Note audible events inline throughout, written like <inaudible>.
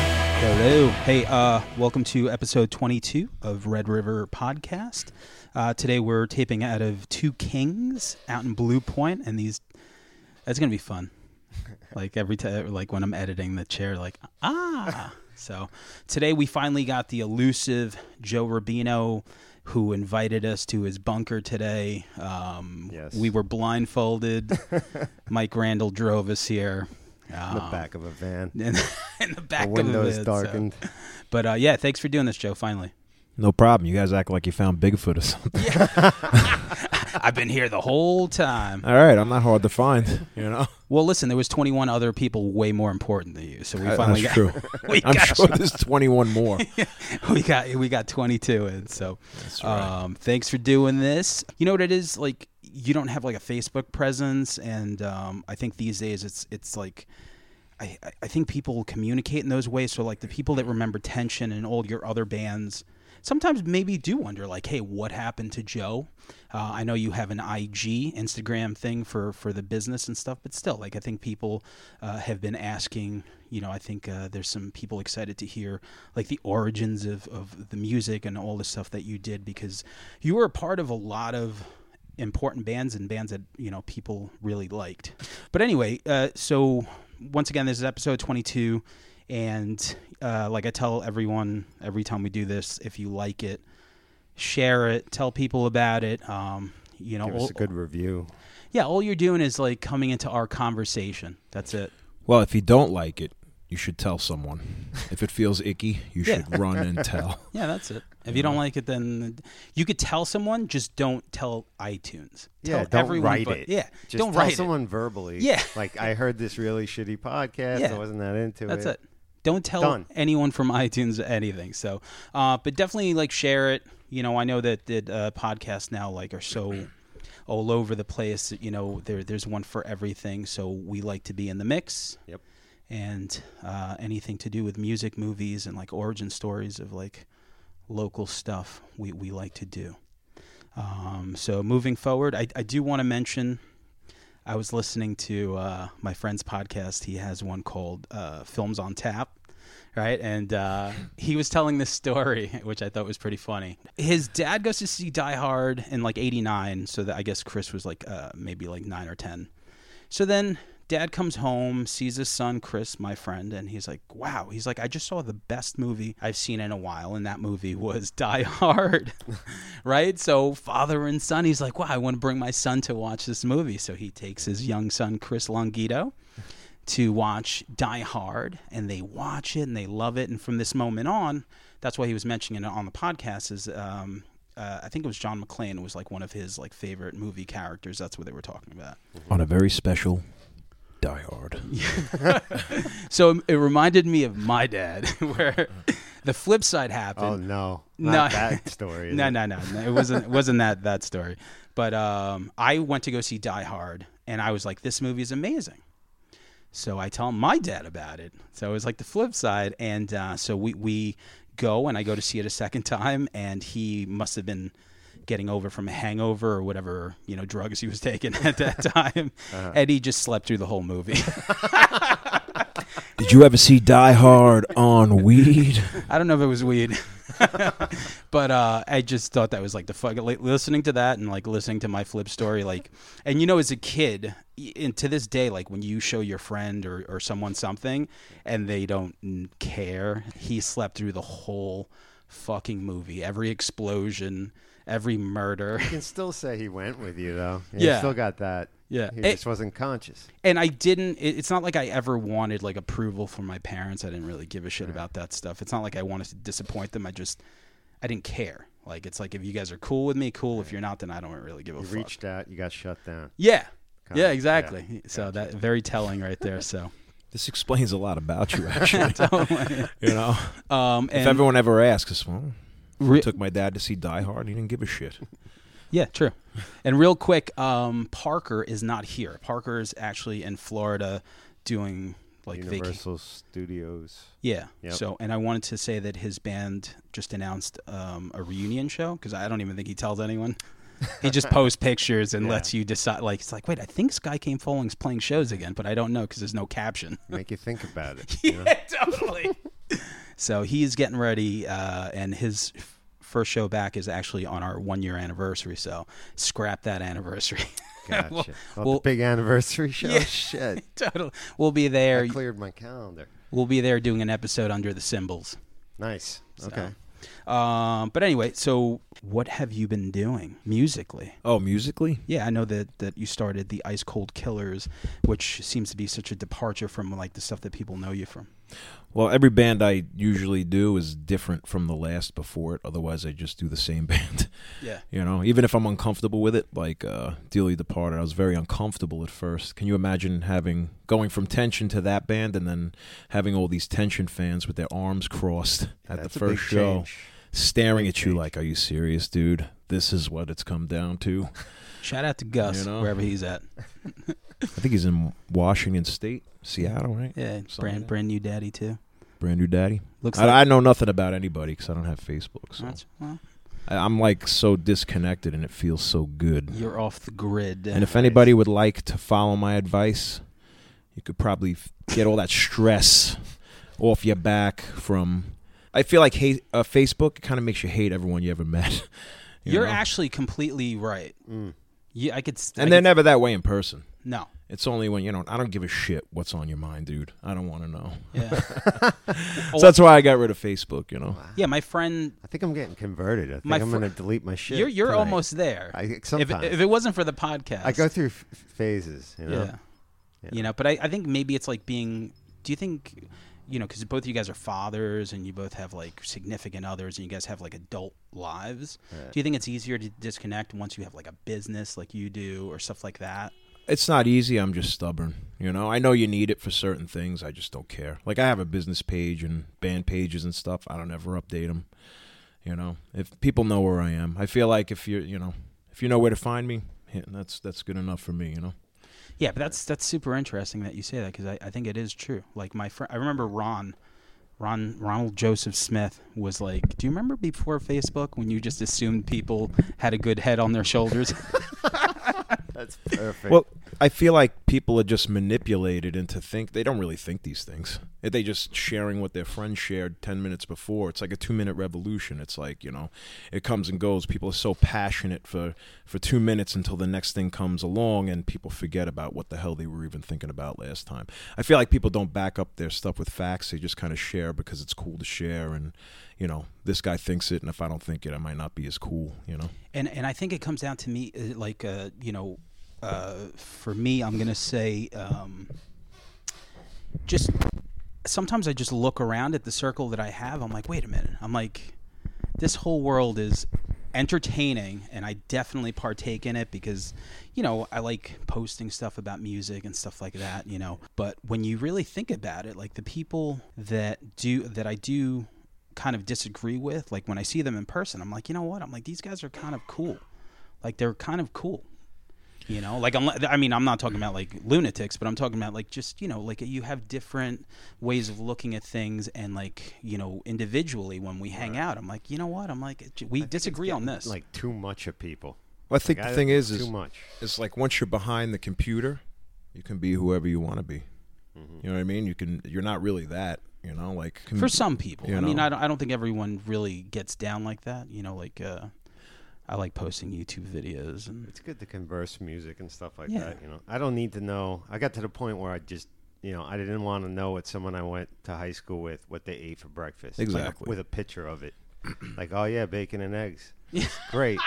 Hello. Hey, uh, welcome to episode 22 of Red River Podcast. Uh, today we're taping out of Two Kings out in Blue Point, and these, it's going to be fun. Like every time, like when I'm editing the chair, like, ah. So today we finally got the elusive Joe Rubino who invited us to his bunker today. Um, Yes. We were blindfolded. Mike Randall drove us here. in the Um, back of a van. in, <laughs> in the back The of windows it, so- darkened. But uh, yeah, thanks for doing this, Joe. Finally, No problem. You guys act like you found Bigfoot or something. I've been here the whole time. All right, I'm not hard to find. You know, Well, listen, there was 21 other people way more important than you, so we finally <laughs> that's got true. <laughs> we I'm got sure there's 21 <laughs> more. we got we got 22 in. So, um, thanks for doing this. You know what it is like. You don't have like a Facebook presence, and um, I think these days it's it's like. I, I- I think people communicate in those ways. So, like the people that remember Tension and all your other bands, sometimes maybe do wonder, like, hey, what happened to Joe? Uh, I know you have an IG Instagram thing for for the business and stuff, but still, like, I think people uh, have been asking. You know, I think uh, there's some people excited to hear like the origins of of the music and all the stuff that you did because you were a part of a lot of important bands and bands that you know people really liked. But anyway, uh, so once again, this is episode 22, and uh, like I tell everyone every time we do this, if you like it, share it, tell people about it. Um, you know, Give us a all- good review. yeah, all you're doing is like coming into our conversation. That's it. Well, if you don't like it, you should tell someone. If it feels icky, you Yeah. should <laughs> run and tell. Yeah, that's it. If you don't like it, then you could tell someone. Just don't tell iTunes. Tell yeah, don't everyone, write but- it. Yeah, just don't tell write it. someone verbally. Yeah. <laughs> like I heard this really shitty podcast. Yeah. I wasn't that into That's it. it. Don't tell Done. anyone from <laughs> iTunes anything. So, uh, but definitely like share it. You know, I know that that uh, podcasts now like are so all over the place. You know, there there's one for everything. So we like to be in the mix Yep. and uh, anything to do with music, movies, and like origin stories of like local stuff. We we like to do. Um, so moving forward, I, I do want to mention I was listening to uh, my friend's podcast. He has one called uh, Films on Tap, right? And uh, he was telling this story, <laughs> which I thought was pretty funny. His dad goes to see Die Hard in like '89, so that I guess Chris was like uh, maybe like nine or ten. So then dad comes home, sees his son, Chris, my friend, and he's like, wow. He's like, I just saw the best movie I've seen in a while, and that movie was <laughs> Die Hard. <laughs> right? So father and son, he's like, wow, I want to bring my son to watch this movie. So he takes his young son, Chris Longuito. To watch Die Hard, and they watch it and they love it. And from this moment on, that's why he was mentioning it on the podcast. Is um, uh, I think it was John McClane was like one of his like favorite movie characters. That's what they were talking about. On a very special Die Hard. So it- it reminded me of my dad, <laughs> where the flip side Oh happened. no, No. <laughs> not that story. is no, it? no, no, no, it wasn't. It wasn't that that story. But um, I went to go see Die Hard, and I was like, "This movie is amazing." So I tell my dad about it. So it was like the flip side, and uh, so we we go, and I go to see it a second <laughs> time, and he must have been getting over from a hangover or whatever you know drugs he was taking <laughs> at that time, and he just slept through the whole movie. <laughs> Did you ever see Die Hard on weed? I don't know if it was weed, <laughs> but uh, I just thought that was like the fuck. Like, listening to that and like listening to my flip story, like, and you know, as a kid, y- and to this day, like when you show your friend or, or someone something and they don't n- care, he slept through the whole fucking movie, every explosion, every murder. You can still say he went with you though. You Yeah. still got that. Yeah. he It- just wasn't conscious. and I didn't. It, it's not like I ever wanted like approval from my parents. I didn't really give a shit about that stuff. It's not like I wanted to disappoint them. I just, I didn't care. Like it's like if you guys are cool with me, cool. If you're not, then I don't really give a You fuck. reached out. You got shut down. yeah, Kinda, yeah, yeah. exactly. So that very telling right there. So, <laughs> <laughs> This explains a lot about <laughs> you, actually. You know, um, if and everyone ever asks, well, re- took my dad to see Die Hard, and he didn't give a shit. Yeah, true. And real quick, um, Parker is not here. Parker is actually in Florida doing like vacation. Universal <laughs> Studios. Yeah. Yep. So, and I wanted to say that his band just announced um, a reunion show because I don't even think he tells anyone. He <laughs> just posts pictures and Yeah. lets you decide. Like, it's like, wait, I think Sky Came Falling's playing shows again, but I don't know because there's no caption. Make you think about it. you know? yeah, totally. So he's getting ready, uh, and his f- first show back is actually on our one year anniversary. So scrap that anniversary. <laughs> <laughs> Gotcha. Well- Not well- the big anniversary show. Yeah. <laughs> Shit. Totally. We'll be there. I cleared my calendar. We'll be there doing an episode under the symbols. Nice. Okay. Um, but anyway, so what have you been doing musically? Oh, musically? Yeah, I know that that you started the Ice Cold Killers, which seems to be such a departure from like the stuff that people know you from. Well, every band I usually do is different from the last before it. Otherwise, I just do the same <laughs> band. Yeah. you know, even if I'm uncomfortable with it, like uh, Dearly Departed, I was very uncomfortable at first. Can you imagine having going from tension to that band and then having all these tension fans with their arms crossed at That's the a big first show, change. staring Big at you change. like, "Are you serious, dude? This is what it's come down to." Shout out to Gus You know? wherever he's at. I think he's in Washington State, Seattle, right? Yeah, brand like that. brand new daddy too. Brand new daddy. Looks like I, I know nothing about anybody because I don't have Facebook, so That's- well, I, I'm like so disconnected, and it feels so good. you're off the grid. And if anybody would like to follow my advice, you could probably f- get all that stress off your back from. I feel like hate, uh, Facebook kind of makes you hate everyone you ever met. <laughs> you you're know? actually completely right. Mm. Yeah, I could. s- I and they're could- never that way in person. <laughs> no. It's only when you know. I don't give a shit what's on your mind, dude. I don't want to know. Yeah. So that's why I got rid of Facebook. You know, Wow. yeah, my friend, I think I'm getting converted. I think My I'm fr- going to delete my shit. you're you're tonight. almost there. I, if, sometimes. if it wasn't for the podcast, I go through f- phases, you know? Yeah. Yeah. You know, but I, I think maybe it's like being. Do you think, you know, because both of you guys are fathers and you both have like significant others and you guys have like adult lives. Right. Do you think it's easier to disconnect once you have like a business like you do or stuff like that? it's not easy. I'm just stubborn. You know, I know you need it for certain things. I just don't care. Like I have a business page and band pages and stuff. I don't ever update them. You know, if people know where I am, I feel like if you're, you know, if you know where to find me, yeah, that's that's good enough for me. You know, Yeah, but that's that's super interesting that you say that because I, I think it is true. Like my friend, I remember Ron, Ron Ronald Joseph Smith was like, "Do you remember before Facebook when you just assumed people had a good head on their shoulders?" That's perfect. well, I feel like people are just manipulated into think they don't really think these things. If They just sharing what their friends shared ten minutes before. It's like a two minute revolution. It's like you know, it comes and goes. People are so passionate for for two minutes until the next thing comes along, and people forget about what the hell they were even thinking about last time. I feel like people don't back up their stuff with facts. They just kind of share because it's cool to share, and you know, this guy thinks it, and if I don't think it, I might not be as cool. You know. and and I think it comes down to me uh, like uh, you know uh, for me I'm gonna say um, just sometimes I just look around at the circle that I have I'm like wait a minute I'm like this whole world is entertaining and I definitely partake in it because you know I like posting stuff about music and stuff like that you know but when you really think about it like the people that do that I do kind of disagree with like when I see them in person I'm like you know what I'm like these guys are kind of cool like they're kind of cool you know like I'm, I mean I'm not talking about like lunatics but I'm talking about like just you know like you have different ways of looking at things and like you know individually when we hang out I'm like you know what I'm like we disagree on this like too much of people. Well, I think Like, I- the thing is, too is much. it's like once you're behind the computer, you can be whoever you want to be. You know what I mean? You can. You're not really that. You know, like com- for some people you I mean know. I don't, I don't think everyone really gets down like that you know like uh I like posting YouTube videos and It's good to converse music and stuff like Yeah. that. You know, I don't need to know. I got to the point where I just, you know, I didn't want to know what someone I went to high school with what they ate for breakfast. Like, Exactly. with a picture of it, <clears throat> like, oh yeah, bacon and <laughs> eggs. It's great.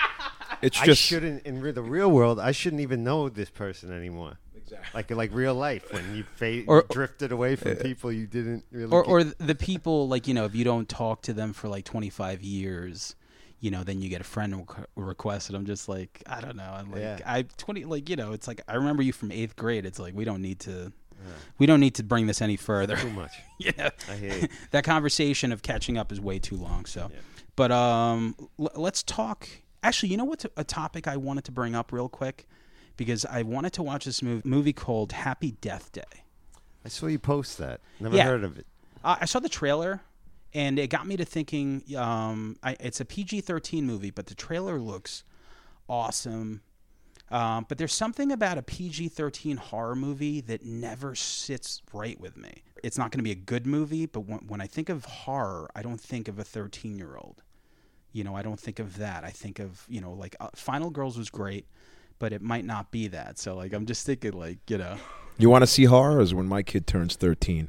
It's I just shouldn't in re- the real world. I shouldn't even know this person anymore. Exactly. Like like real life when you fa- Or- uh, drifted away from people you didn't really. or get- or the people like you know if you don't talk to them for like 25 years you know then you get a friend requ- request and i'm just like i don't know i'm like Yeah. i 20 like you know it's like i remember you from eighth grade it's like we don't need to we don't need to bring this any further <laughs> too much. yeah I hear you. that conversation of catching up is way too long so but um l- let's talk actually you know what's a- a topic i wanted to bring up real quick because i wanted to watch this movie, movie called happy death day I saw you post that. Never Yeah. heard of it. Uh, I saw the trailer, and it got me to thinking. Um, I, it's a PG thirteen movie, but the trailer looks awesome. Um, but there's something about a PG 13 horror movie that never sits right with me. It's not going to be a good movie, but when, when I think of horror, I don't think of a 13 year old. You know, I don't think of that. I think of, you know, like uh, Final Girls was great, but it might not be that. So, like, I'm just thinking, like, you know, You want to see horror? Is when my kid turns 13.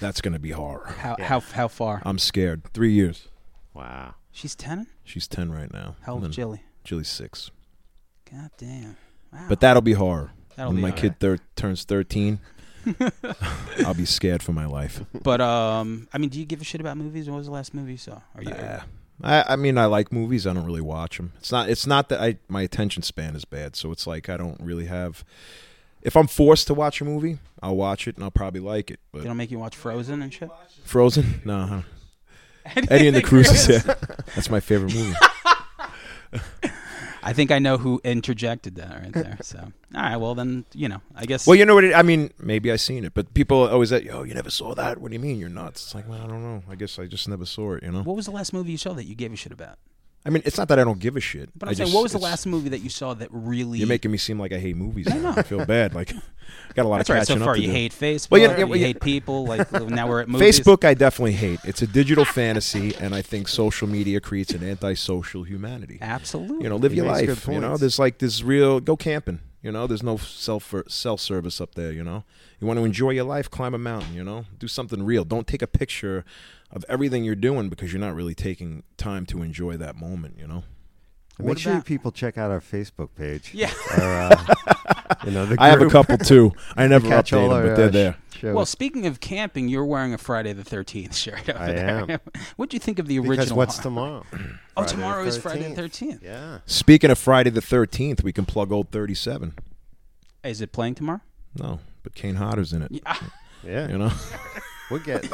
That's going to be horror. how, how, how far? I'm scared. Three years. Wow. She's 10? She's 10 right now. How old's And Jilly? Jilly's six. God damn. Wow. But that'll be horror. Oh. That'll when be my horror. kid thir- <laughs> turns 13, I'll be scared for my life. But um, I mean, do you give a shit about movies? What was the last movie you saw? Are you? Yeah. I, I mean, I like movies. I don't really watch them. It's not. It's not that I my attention span is bad. So it's like I don't really have. If I'm forced to watch a movie, I'll watch it and I'll probably like it. They But don't make you watch Frozen and shit. Frozen, no. Nah, <laughs> Eddie <laughs> and the Cruisers. Yeah. That's my favorite movie. I think I know who interjected that right there. So all right, well then you know I guess. Well, you know what? It, I mean, maybe I seen it, but people always say, "Yo, you never saw that? What do you mean? You're nuts?" It's like, well, I don't know. I guess I just never saw it. You know? what was the last movie you saw that you gave a shit about? I mean, it's not that I don't give a shit. But I I'm saying, just- what was the it's- last movie that you saw that really? You're making me seem like I hate movies. I, I feel bad. Like, got a lot That's of right. catching So far, up to you do. hate Facebook. Well, Well, you you, know- well, you- hate people. Like <laughs> now we're at movies. Facebook, I definitely hate. It's a digital fantasy, and I think social media creates an antisocial humanity. Absolutely. You know, live He your makes life. good You know, points. there's like this real go camping. You know, there's no self self service up there. You know, you want to enjoy your life, climb a mountain. You know, do something real. Don't take a picture of everything you're doing because you're not really taking time to enjoy that moment. You know, Make What sure about- people check out our Facebook page. Yeah. <laughs> Or, uh, you know, the I have a group. couple <laughs> too. I never update Catch them, all our, but they're uh, there. sh- shows. Well, speaking of camping, you're wearing a Friday the 13th shirt over I there. am. <laughs> What'd you think of the because original? <laughs> what's one? tomorrow? Oh, Friday the tomorrow is Friday the 13th. Yeah. Speaking of Friday the Thirteenth, we can plug old thirty-seven. Is it playing <laughs> tomorrow? No, but Kane Hodder's in it. Yeah. Yeah. <laughs> You know. We'll <laughs> get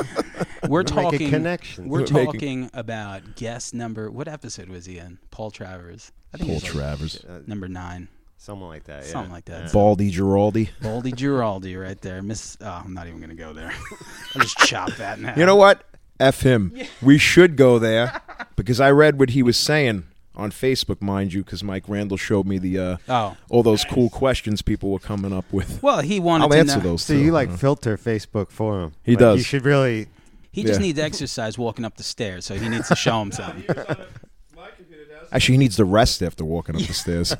We're We'll make a talking connection. We're We're making- talking about guest number. What episode was he in? Paul Travers. I think Paul he's like Travers, number nine. someone like that. Yeah. Something like that. Baldy Giraldi. Baldy Giraldi, right there. Miss. Oh, I'm not even gonna go there. <laughs> I'll just chop <laughs> that now. You know what? F him. We should go there because I read what he was saying on Facebook, mind you, because Mike Randall showed me the uh, Oh. all those cool questions people were coming up with. Well, he wanted I'll to answer know- those. So too, you like know. filter Facebook for him? Mm-hmm. He Like, does. You should really. He just Yeah. needs exercise walking up the stairs, so he needs to show him <laughs> something. Actually, he needs the rest after walking up <laughs> the stairs.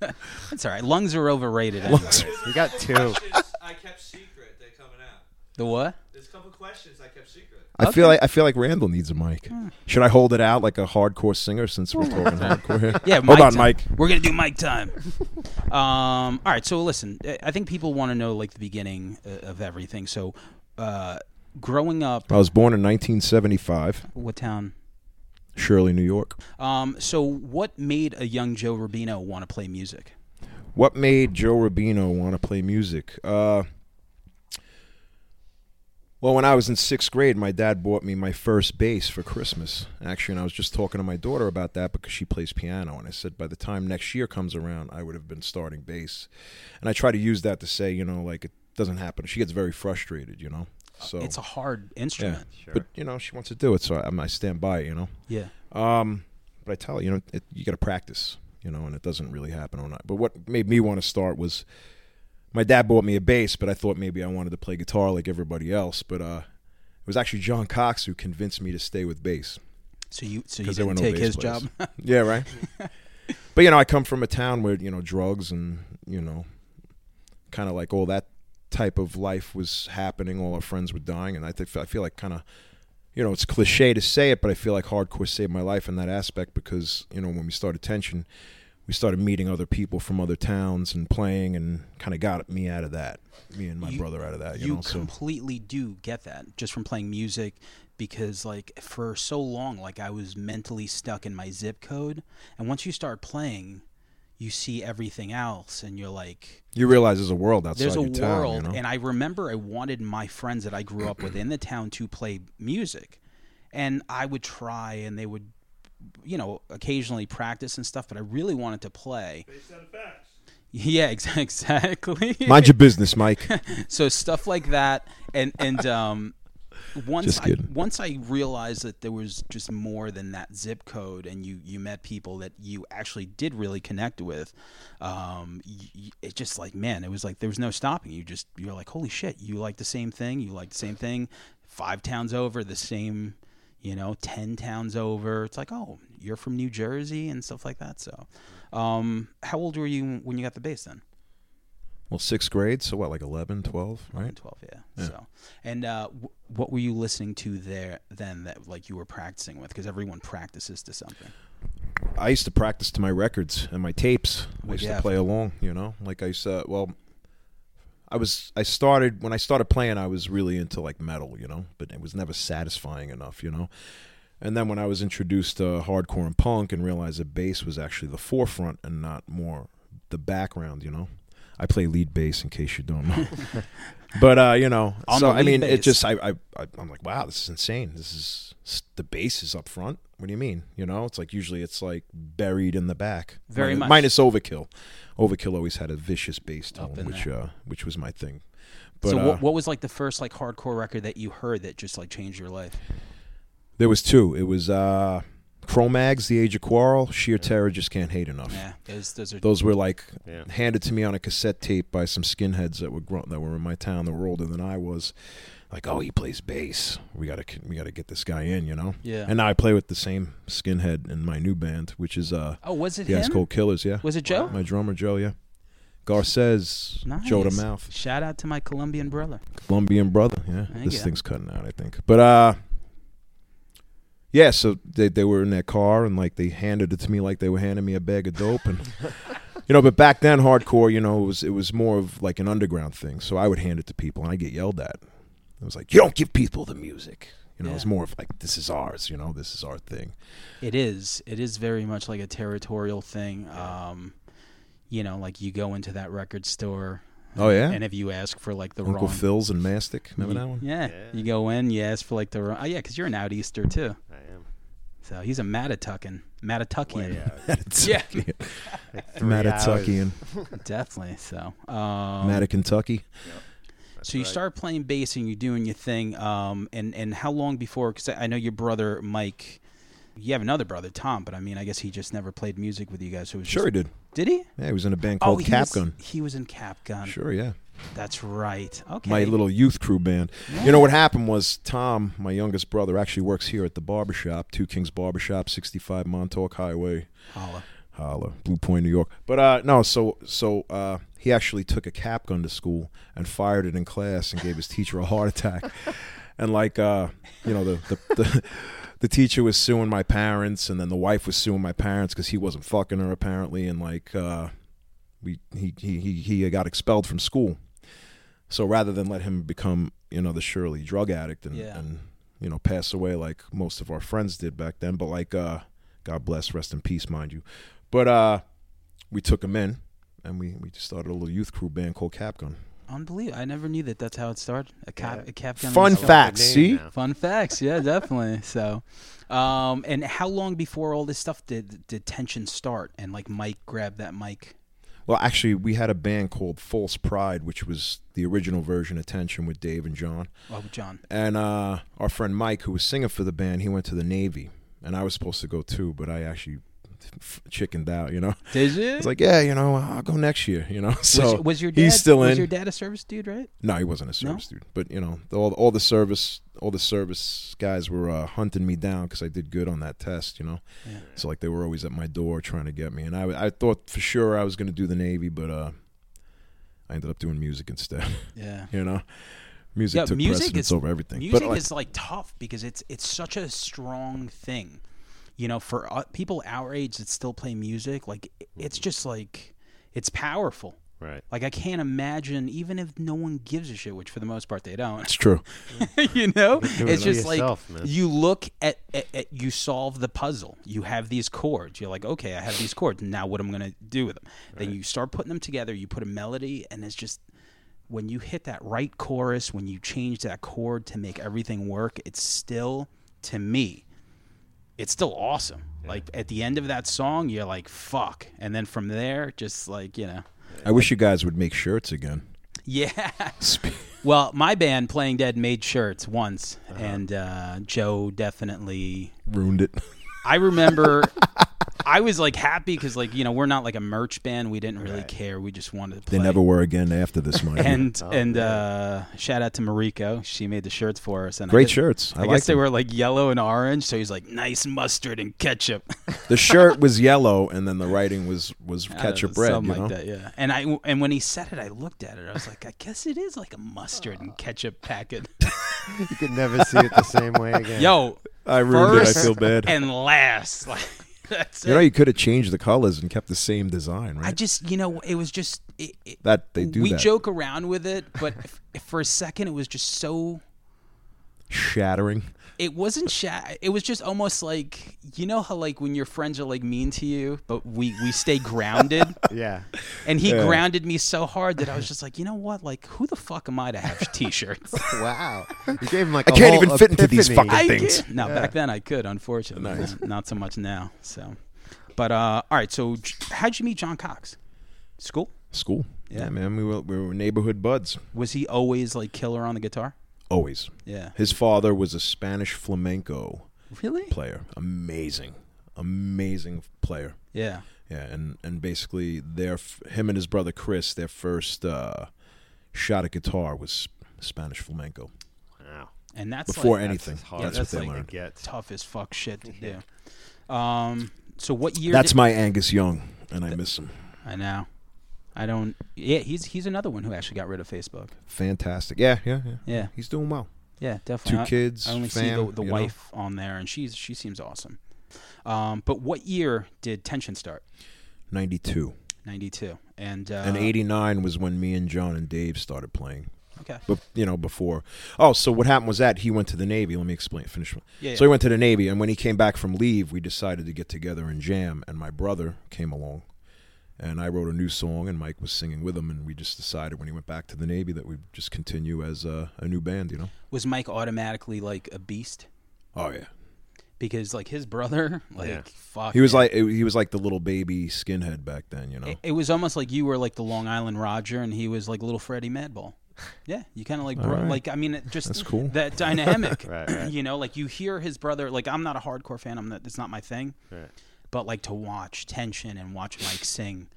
That's all right. Lungs are overrated. anyway. You got <laughs> two. questions I kept secret. They're coming out. The what? There's a couple questions I kept secret. I feel like I feel like Randall needs a mic. Hmm. Should I hold it out like a hardcore singer since we're <laughs> talking hardcore? here? Yeah, hold on, time. Mike. We're gonna do mic time. <laughs> um, all right, so listen, I- I think people want to know like the beginning uh, of everything. So, uh, growing up, I was born in 1975, what town? Shirley, New York. Um, so, what made a young Joe Rubino want to play music? What made Joe Rubino want to play music? Uh, well, when I was in sixth grade, my dad bought me my first bass for Christmas, actually, and I was just talking to my daughter about that because she plays piano, and I said by the time next year comes around, I would have been starting bass, and I try to use that to say, you know, like it doesn't happen. She gets very frustrated, you know. So It's a hard yeah, instrument. but you know, she wants to do it, so I, I stand by, it, you know. Yeah. Um, but I tell her, you know, it, you got to practice, you know, and it doesn't really happen or not. But what made me want to start was my dad bought me a bass, but I thought maybe I wanted to play guitar like everybody else. But uh, it was actually John Cox who convinced me to stay with bass. So you so you 'Cause there didn't were no take his bass players. job. Yeah, right. but you know, I come from a town where you know drugs and you know, kind of like all that type of life was happening. All our friends were dying, and I think I feel like kind of, you know, it's cliche to say it, but I feel like hardcore saved my life in that aspect because you know when we started tension, we started meeting other people from other towns and playing, and kind of got me out of that. Me and my You- brother out of that. <laughs> You, you know, so completely do get that just from playing music because like for so long like i was mentally stuck in my zip code and once you start playing you see everything else and you're like you realize there's a world outside there's a your town. world you know? and i remember i wanted my friends that i grew up with in the town to play music and i would try and they would you know occasionally practice and stuff but i really wanted to play <laughs> Based on facts. yeah ex- <laughs> exactly <laughs> Mind your business, Mike. so stuff like that and and um once Just I, kidding. once I realized that there was just more than that zip code, and you you met people that you actually did really connect with, um, y y it just like man, it was like there was no stopping. You just you're like holy shit, you like the same thing, you like the same thing, five towns over, the same, you know, ten towns over. It's like oh, you're from New Jersey and stuff like that. So, um, how old were you when you got the base then? Well, sixth grade, so what, like 11, 12, right? 12 yeah, so and uh, w- what were you listening to there then that like you were practicing with because everyone practices to something I used to practice to my records and my tapes. I What'd used you to have? play along, you know. Like I said, well, I was I started when I started playing. I was really into like metal, you know, but it was never satisfying enough, you know. And then when I was introduced to hardcore and punk and realized that bass was actually the forefront and not more the background, you know. I play lead bass in case you don't <laughs> know. but uh, you know, On so the I lead mean, it bass. just I, I I I'm like, wow, this is insane. This is s- the bass is up front. What do you mean? You know, it's like usually it's like buried in the back. Very Minus- much. minus overkill. Overkill always had a vicious bass Up tone, in which uh, which was my thing. But so uh, what, what was like the first like hardcore record that you heard that just like changed your life there was two. It was uh, Cro-Mags, The Age of Quarrel, Sheer Terror, Just Can't Hate Enough. yeah those, those are Those were like Yeah. handed to me on a cassette tape by some skinheads that were grown, that were in my town that were older than I was. Like, oh, he plays bass. We gotta we gotta get this guy in, you know. Yeah. And now I play with the same skinhead in my new band, which is uh, oh was it yeah, it's him called Killers. Yeah. was it joe my drummer Joe? Yeah. Garces, nice. Joe to mouth. shout out to my colombian brother Colombian brother. Yeah, There you this go. thing's cutting out, I think. But uh, yeah. So they they were in their car and like they handed it to me like they were handing me a bag of <laughs> dope and. You know, but back then, hardcore, you know, it was it was more of like an underground thing. So I would hand it to people, and I get yelled at. It was like, "You don't give people the music." You know, it was Yeah. more of like, "This is ours." You know, this is our thing. It is. It is very much like a territorial thing. Um, you know, like you go into that record store. Oh, yeah? And if you ask for like the Uncle wrong, Phil's and Mastic, remember you- that one? Yeah, Yeah. you go in, you ask for like the wrong. Oh yeah, because you're an out easter too. I am. So he's a Mattatuckin, Mattatuckian, Way <laughs> out. Yeah. Three Mattatucky hours. <laughs> and definitely. So, um, Matta Kentucky. That's so you right. start playing bass and you're doing your thing. Um, and and how long before? Because I I know your brother Mike. You have another brother, Tom, but I mean, I guess he just never played music with you guys. So it was Sure, he just, did. did he? Oh, Yeah, he was in a band called he was- Capgun. he was in Capgun. Sure, yeah. That's right. Okay. My little youth crew band. You know what happened was Tom, my youngest brother, actually works here at the barbershop, Two Kings Barbershop, 65 Montauk Highway, Holla. holla, Blue Point, New York. But uh no, so so uh he actually took a cap gun to school and fired it in class and gave his teacher a heart attack. <laughs> And like uh you know the the, the <laughs> The teacher was suing my parents, and then the wife was suing my parents because he wasn't fucking her apparently, and like uh, we he, he he he got expelled from school. So rather than let him become you know the Shirley drug addict and Yeah. and you know pass away like most of our friends did back then, but like uh, God bless, rest in peace, mind you. But uh, we took him in, and we we started a little youth crew band called Capgun. Unbelievable. I never knew that that's how it started. A cap, a cap gun Fun was- Good facts, name see? now. Fun facts. Yeah, definitely. <laughs> So, um, and how long before all this stuff did, did tension start and like Mike grabbed that mic? Well, actually, we had a band called False Pride, which was the original version of Tension with Dave and John. Oh, John. And uh, our friend Mike, who was singing for the band, he went to the Navy, and I was supposed to go too, but I actually f- chickened out. You know, <laughs> Did you? it's like, yeah, you know, I'll go next year. You know, <laughs> so was, was your dad, he's still was in. your dad a service dude, right? No, he wasn't a service dude, but you know, all all the service all the service guys were uh, hunting me down because I did good on that test. You know, Yeah. so like they were always at my door trying to get me, and I I thought for sure I was going to do the Navy, but uh, I ended up doing music instead. <laughs> Yeah. you know, music Yeah, took music precedence is- over everything. Music but like, is like tough because it's it's such a strong thing. You know, for uh, people our age that still play music, like it- it's just like it's powerful. Right. Like I can't imagine, even if no one gives a shit, which for the most part they don't. it's true. <laughs> you know, do it's it just like yourself, man. you look at, at, at you solve the puzzle. You have these chords. You're like, okay, I have these chords. Now what am I gonna do with them? Then you start putting them together. You put a melody, and it's just when you hit that right chorus, when you change that chord to make everything work, it's still to me, it's still awesome. Like at the end of that song, you're like, fuck, and then from there, just like you know, <laughs> I wish you guys would make shirts again. yeah. Spe- Well, my band, Playing Dead, made shirts once, Uh-huh. and uh, Joe definitely. <laughs> Ruined it. I <laughs> remember I was like happy because, like, you know, we're not like a merch band. We didn't really care. We just wanted to play. They never Oh, were again after this, Mike. And and uh, shout out to Mariko. She made the shirts for us. And I Great guess- shirts. I, I, like guess they were like yellow and orange. So he's like, nice mustard and ketchup. The shirt was yellow, and then the writing was was <laughs> catch your bread. Something you know? like that, yeah. And I and when he said it, I looked at it. I was like, I guess it is like a mustard and ketchup <laughs> packet. You could never see it the same way again. Yo, I ruined First it. I feel bad. and last, like <laughs> that's you know, it. you could have changed the colors and kept the same design, right? I just, you know, it was just it, it- that they do We that. joke around with it, but if, <laughs> if for a second, it was just so. shattering. It wasn't shy. It was just almost like you know how like when your friends are like mean to you, but we we stay <laughs> grounded. Yeah. And he grounded me so hard that I was just like, you know what? Like, who the fuck am I to <laughs> have t-shirts? Wow. You gave him like I can't even fit into these fucking- I things. could. No, back then I could, unfortunately. Not- Not so much now. So, but uh, all right. So, J- how'd you meet John Cox? School? School. Yeah. man. We were we were neighborhood buds. Was he always like killer on the guitar? Always. Yeah. His father was a Spanish flamenco Really? player. Amazing, amazing player. Yeah. Yeah, and and basically their f- him and his brother Chris, their first uh, shot at guitar was Spanish flamenco Wow. And that's before like, anything. as That's, hard as what they like- learned. Gets. tough as fuck shit to do. Um. So what year? That's did- my Angus Young, and I miss him. I know. I don't. Yeah, he's he's another one who actually got rid of Facebook. Fantastic. Yeah, yeah, yeah. Yeah. He's doing well. Yeah, definitely. Two I- kids, I only see the, fam, the you know? wife on there, and she's she seems awesome. Um, but what year did Tension start? Ninety two. Ninety two and uh, and eighty nine was when me and John and Dave started playing. Okay. But you know, before oh, so what happened was that he went to the Navy. Let me explain. Finish. Yeah, so yeah. he went to the Navy, and when he came back from leave, we decided to get together and jam. And my brother came along, and I wrote a new song, and Mike was singing with him. And we just decided when he went back to the Navy that we'd just continue as a, a new band. You know? Was Mike automatically like a beast? Oh yeah. Because like his brother, like Yeah. fuck, He was man. like he was like the little baby skinhead back then. You know? It, it was almost like you were like the Long Island Roger, and he was like little Freddie Madball. Yeah, you kind of like bro- right. like I mean, it just That's cool. that <laughs> dynamic. Right, right. You know, like you hear his brother. Like I'm not a hardcore fan. I'm not. It's not my thing. Right. But like to watch Tension and watch Mike sing.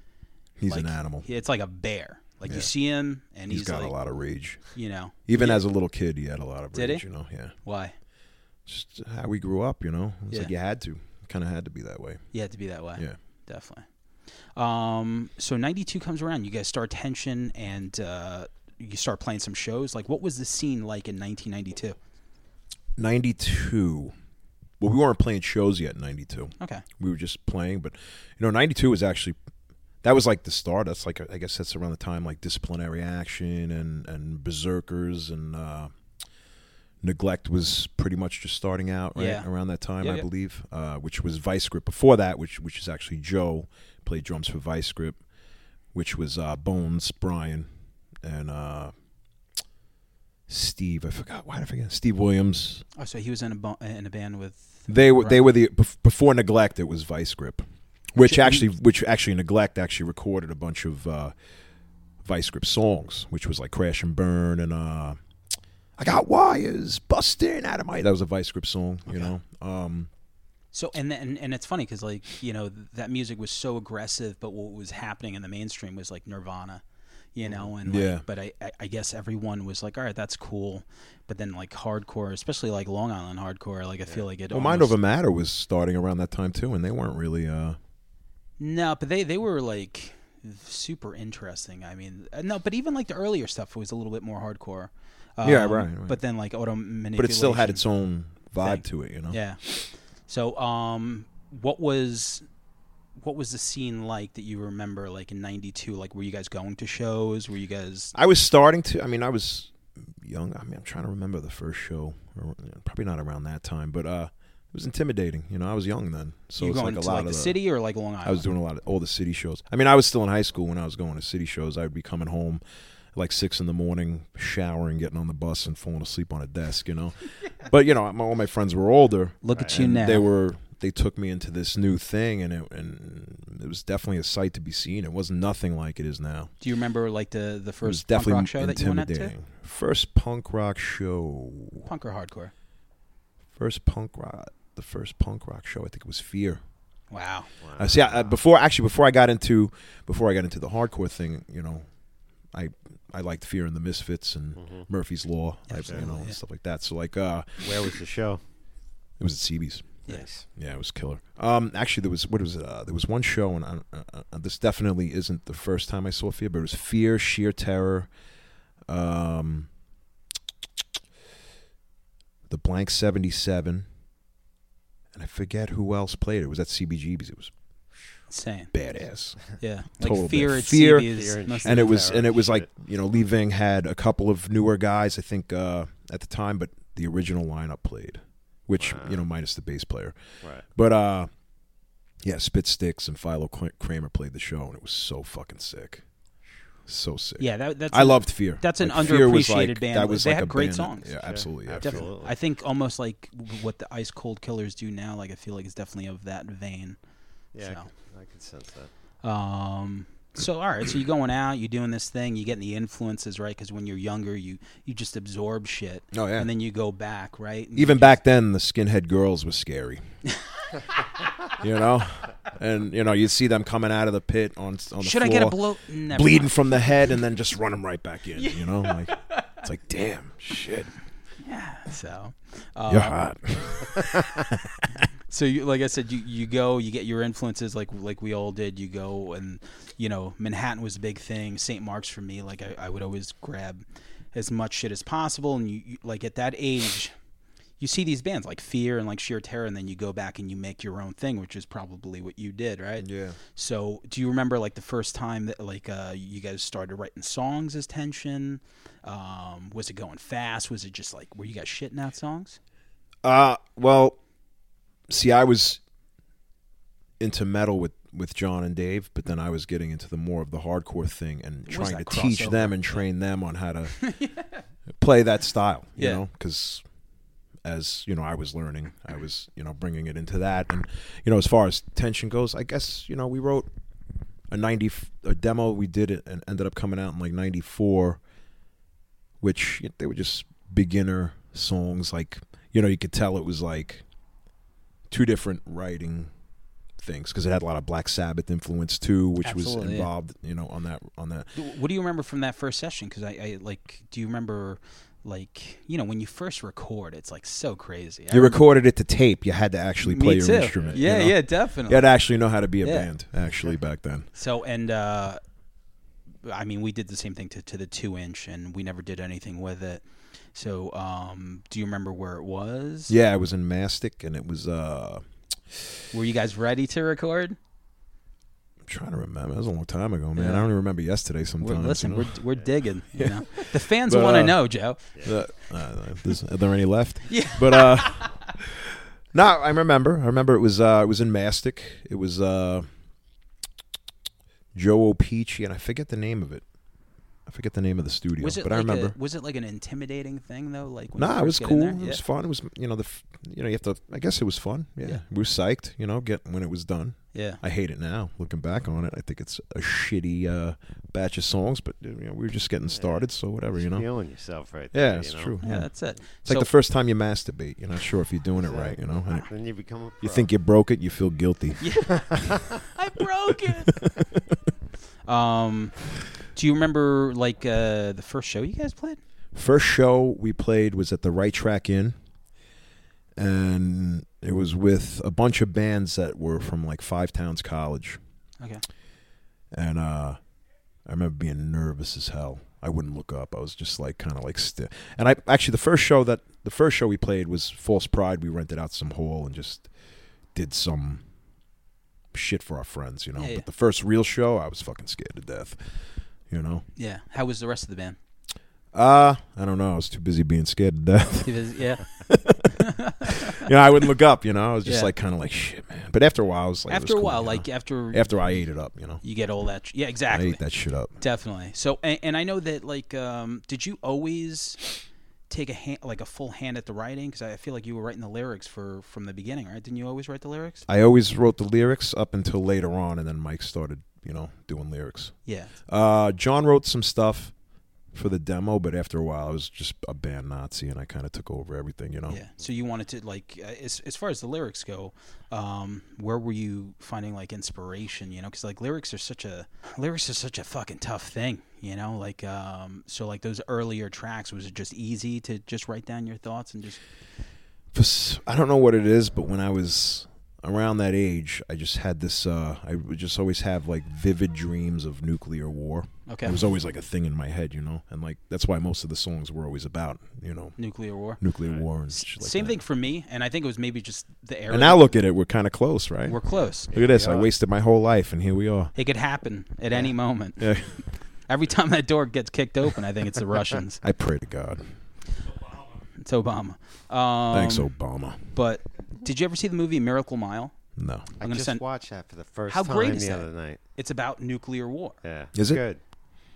He's like, an animal. It's like a bear. Like you Yeah. see him, and he's, He's got like, a lot of rage. you know, Even as a little kid, he had a lot of Did he? rage. You know? Yeah. why just how we grew up, you know. It's Yeah. like you had to, kind of had to be that way. you had to be that way. Yeah. definitely. Um, so '92 comes around. You guys start Tension, and uh, you start playing some shows. Like, what was the scene like in 1992? Ninety two. Well, we weren't playing shows yet. in Ninety two. Okay. We were just playing, but you know, ninety two was actually that was like the start. That's like I guess that's around the time like disciplinary action and and berserkers and uh, neglect was pretty much just starting out right Yeah. around that time, Yeah, I yeah. believe. Uh, which was Vice Grip before that, which which is actually Joe played drums for Vice Grip, which was uh, Bones Brian and. uh Steve, I forgot. Why did I forget? Steve Williams, Oh, so he was in a bo- in a band with. they were they Right. were the bef- before neglect. It was Vice Grip, which Which- actually which actually neglect actually recorded a bunch of uh, Vice Grip songs, which was like Crash and Burn and uh, I got wires busting out of my. That was a Vice Grip song, you know. Um, So and then and, and it's funny because like you know th- that music was so aggressive, but what was happening in the mainstream was like Nirvana, you know, and like, Yeah. But I I- I guess everyone was like, all right, that's cool, but then like hardcore, especially like Long Island hardcore, like I feel like it. well, Mind almost- Over Matter was starting around that time too, and they weren't really. Uh, No, but they they were like super interesting. I mean, uh, no, but even like the earlier stuff was a little bit more hardcore. Um, Yeah, right, right. But then like auto manipulation. but it still had its own vibe Thing. to it, you know. Yeah. So, um, what was what was the scene like that you remember, like in '92? Like, were you guys going to shows? Were you guys? I was starting to. I mean, I was young. I mean, I'm trying to remember the first show. Or, you know, Probably not around that time, but uh, it was intimidating. You know, I was young then, so you it's going like to a lot like of the city or like Long Island? I was doing a lot of all the city shows. I mean, I was still in high school when I was going to city shows. I would be coming home like six in the morning, showering, getting on the bus, and falling asleep on a desk. You <laughs> know, but you know, my, all my friends were older. Look at you and now. They were. They took me into this new thing, and it and it was definitely a sight to be seen. It was nothing like it is now. Do you remember like the the it was first punk definitely rock show that you went out to? intimidating. First punk rock show. Punk or hardcore? First punk rock. The first punk rock show. I think it was Fear. Wow. I see. I, I- before actually, before I got into before I got into the hardcore thing, you know, I I liked Fear and the Misfits and Murphy's Law, I- you know, Absolutely, Mm-hmm. yeah. and stuff like that. So like, uh, Where was the show? it was at CB's. Yes. Yeah, it was killer. Um, actually, there was what was it? Uh, there was one show, and I, uh, uh, this definitely isn't the first time I saw Fear, but it was Fear, Sheer Terror, um, the Blank Seventy Seven, and I forget who else played it. It was at CBGB's. It was Insane. badass. Yeah. Total like fear bit. at Fear- CB's Fear and must shit. have and it was Terror. and it was like you know Lee Ving had a couple of newer guys I think uh, at the time, but the original lineup played, which Wow. you know minus the bass player, Right. but uh, yeah, Spit Sticks and Philo Cl- Kramer played the show, and it was so fucking sick, so sick. yeah, that, that's I loved Fear. that's an Fear was like- underappreciated band. That was They like had a great band that- songs. Yeah, Sure. absolutely. Absolutely. absolutely. definitely. I think almost like what the Ice Cold Killers do now. Like I feel like it's definitely of that vein. Yeah, I So. could- I could sense that. Um, so all right, so you're going out, you're doing this thing, you're getting the influences, right? Because when you're younger, you you just absorb shit, Oh yeah. and then you go back, right? And Even you back then, the skinhead girls was scary. you know, and you know you'd see them coming out of the pit on on the just- Should floor. I get a blow? Never bleeding mind. from the head and then just run him right back <laughs> in. You know, like it's like damn shit, So, uh, you're hot. so you, like I said, you, you go, you get your influences, like like we all did. You go, and you know Manhattan was a big thing. St. Mark's for me, like I, I would always grab as much shit as possible, and you, you like at that age. You see these bands like Fear and like Sheer Terror, and then you go back and you make your own thing, which is probably what you did, right? Yeah, So, do you remember like the first time that like uh, you guys started writing songs as tension? Um, was it going fast? Was it just like were you guys shitting out songs? Uh, well, see, I was into metal with with John and Dave, but then I was getting into the more of the hardcore thing and was trying to that teach crossover? them and train them <laughs> on how to play that style. You Yeah. know, because as you know, I was learning, I was you know bringing it into that, and you know, as far as tension goes, I guess you know we wrote a ninety f- a demo we did it and ended up coming out in like ninety four which you know, they were just beginner songs. Like you know, you could tell it was like two different writing things because it had a lot of Black Sabbath influence too, which was Absolutely, yeah. involved. You know, on that on that. What do you remember from that first session? Because I, I like, do you remember like you know when you first record? It's like so crazy. I You remember- recorded it to tape. You had to actually Me play your too. instrument. you Yeah, know? yeah, You definitely. had to actually know how to be a Yeah. band actually back then. So and uh, I mean, we did the same thing to, to the two inch, and we never did anything with it. So, um, do you remember where it was? Yeah, it was in Mastic, and it was uh, Were you guys ready to record? I'm trying to remember. It was a long time ago, man. Yeah. I don't even remember yesterday. We're, Sometimes. listen, you know? we're, <laughs> we're digging. You know? The fans But, want to uh, know, Joe. Uh, uh, there's- are there any left? <laughs> Yeah. But uh, no, I remember. I remember it was uh, it was in Mastic. It was uh, Joe Opeachy, and I forget the name of it. I forget the name of the studio, Was it but like I remember. A, was it like an intimidating thing though? Like when you Nah, it first was get cool. in there? It Yeah. was fun. It was you know the f- you know you have to. I guess it was fun. Yeah. Yeah. we were psyched. You know, get when it was done. yeah. I hate it now. Looking back on it, I think it's a shitty uh, batch of songs. But you know, we were just getting started, so whatever. You know. Feeling yourself right there. Yeah, it's you know? true. Yeah, that's it. It's like the first time you masturbate. You're not sure if you're doing it right, you know? And Then you become a pro. you think you broke it, you feel guilty. <laughs> I broke it. <laughs> um, do you remember like uh, the first show you guys played? First show we played was at the Right Track Inn, and it was with a bunch of bands that were from like Five Towns College. Okay. And uh, I remember being nervous as hell. I wouldn't look up. I was just like kind of like stiff. And I actually the first show that the first show we played was False Pride. We rented out some hall and just did some shit for our friends, you know. Yeah, yeah. But the first real show, I was fucking scared to death, you know. Yeah. How was the rest of the band? Uh, I don't know. I was too busy being scared to <laughs> death. It was- yeah. you know, I wouldn't look up, you know. I was just Yeah. like kind of like shit, man. But after a while, I was like it was after a cool, while, you like know? after after I ate it up, you know. you get all that. yeah, I exactly. ate that shit up. Definitely. So, and, and I know that like, um, did you always take a hand, like a full hand at the writing? Because I I feel like you were writing the lyrics for from the beginning, right? Didn't you always write the lyrics? I always wrote the lyrics up until later on, and then Mike started, you know, doing lyrics. Yeah. Uh, John wrote some stuff for the demo, but after a while, I was just a band Nazi, and I kind of took over everything, you know. Yeah. So you wanted to like uh, as as far as the lyrics go, um, where were you finding like inspiration? You know, because like lyrics are such a lyrics are such a fucking tough thing. You know, like um, so like those earlier tracks was it just easy to just write down your thoughts and just for s- I don't know what it is, but when I was around that age, I just had this. Uh, I would just always have like vivid dreams of nuclear war. okay It was always like a thing in my head, you know, and like that's why most of the songs were always about, you know, nuclear war. nuclear war and shit like Same that. thing for me, and I think it was maybe just the era. And now look at it, we're kind of close, right? we're close. look at this. I Yeah. wasted my whole life, and here we are. It could happen at any moment. Yeah. Every time that door gets kicked open, I think it's the Russians. <laughs> I pray to God. It's Obama. Um, Thanks, Obama. But did you ever see the movie Miracle Mile? No, I gonna just send- watched that for the first How time great is the that? other night. It's about nuclear war. Yeah. Is it? good?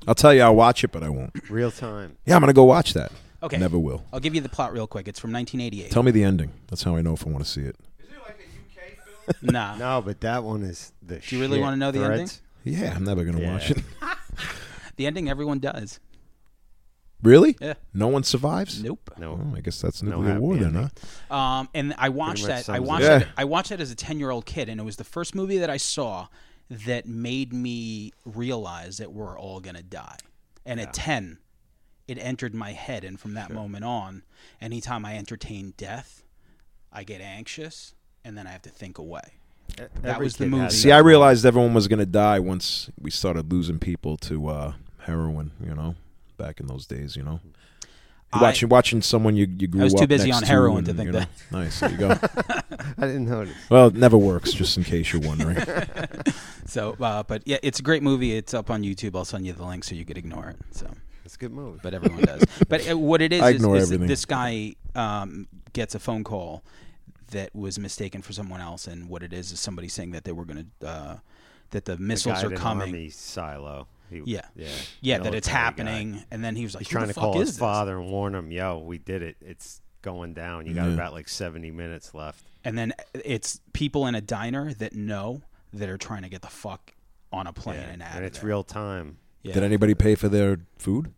I'll tell you, I'll watch it, but I won't. Real time. Yeah, I'm gonna go watch that. Okay. Never will. I'll give you the plot real quick. It's from 1988. Tell me the ending. That's how I know if I want to see it. Is it like a UK film? nah. No, but that one is the Do you really want wanna to know the ending? Yeah, I'm never gonna Yeah. watch it. <laughs> The ending everyone does. Really? Yeah. No one survives. Nope. No. Oh, I guess that's No nuclear happy war then, ending. huh? Um, and I watched much that. sums I it watched. up. It, I watched that as a ten-year-old kid, and it was the first movie that I saw that made me realize that we're all gonna die. And at ten, it entered my head, and from that moment on, anytime I entertain death, I get anxious, and then I have to think away. E-, That was the movie. See, I realized everyone was gonna die once we started losing people to uh, heroin. You know, back in those days, you know. I- Watching watching someone you, you grew up. was too busy next on heroin to and, think you know, that. Nice, there <laughs> you go. I didn't notice. well, it never works. Just in case you're wondering. So, uh, but yeah, it's a great movie. It's up on YouTube. I'll send you the link so you could ignore it. So. It's a good movie. but everyone <laughs> does. But uh, what it is I is, ignore is everything. this guy um, gets a phone call that was mistaken for someone else, and what it is is somebody saying that they were going to uh, that the The guy missiles at are an coming. Army silo. He- Yeah. Yeah. Yeah, that it's Military guy. happening, and then he was like, He's "Who trying the to fuck call is his this?" father and warn him, yo, we did it. It's going down. You got Yeah. about like 70 minutes left. And then it's people in a diner that know that are trying to get the fuck on a plane and out. and of it's there. real time. Yeah. Did anybody pay for their food?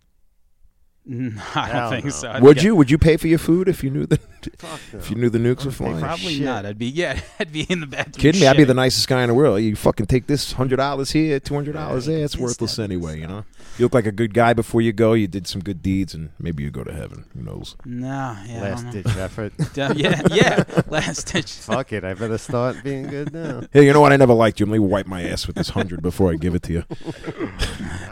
<laughs> I don't Hell think no. so. I <laughs> Would think I- you? Would you pay for your food if you knew that? <laughs> Fuck no. If you knew the nukes were think flying? Probably Shit. not. I'd be yeah. <laughs> I'd be in the bathroom. Kidding me? I'd be shitting. the nicest guy in the world. You fucking take this hundred dollars here, two hundred dollars there. It's pissed worthless at anyway. You know. You look like a good guy before you go. You did some good deeds, and maybe you go to heaven. Who knows? No, yeah, I don't Last know. ditch <laughs> effort. Yeah, yeah, yeah. <laughs> Last ditch. Fuck it. I better start being good <laughs> now. Hey, you know what? I never liked you. Let me wipe my ass with this hundred before I give it to you.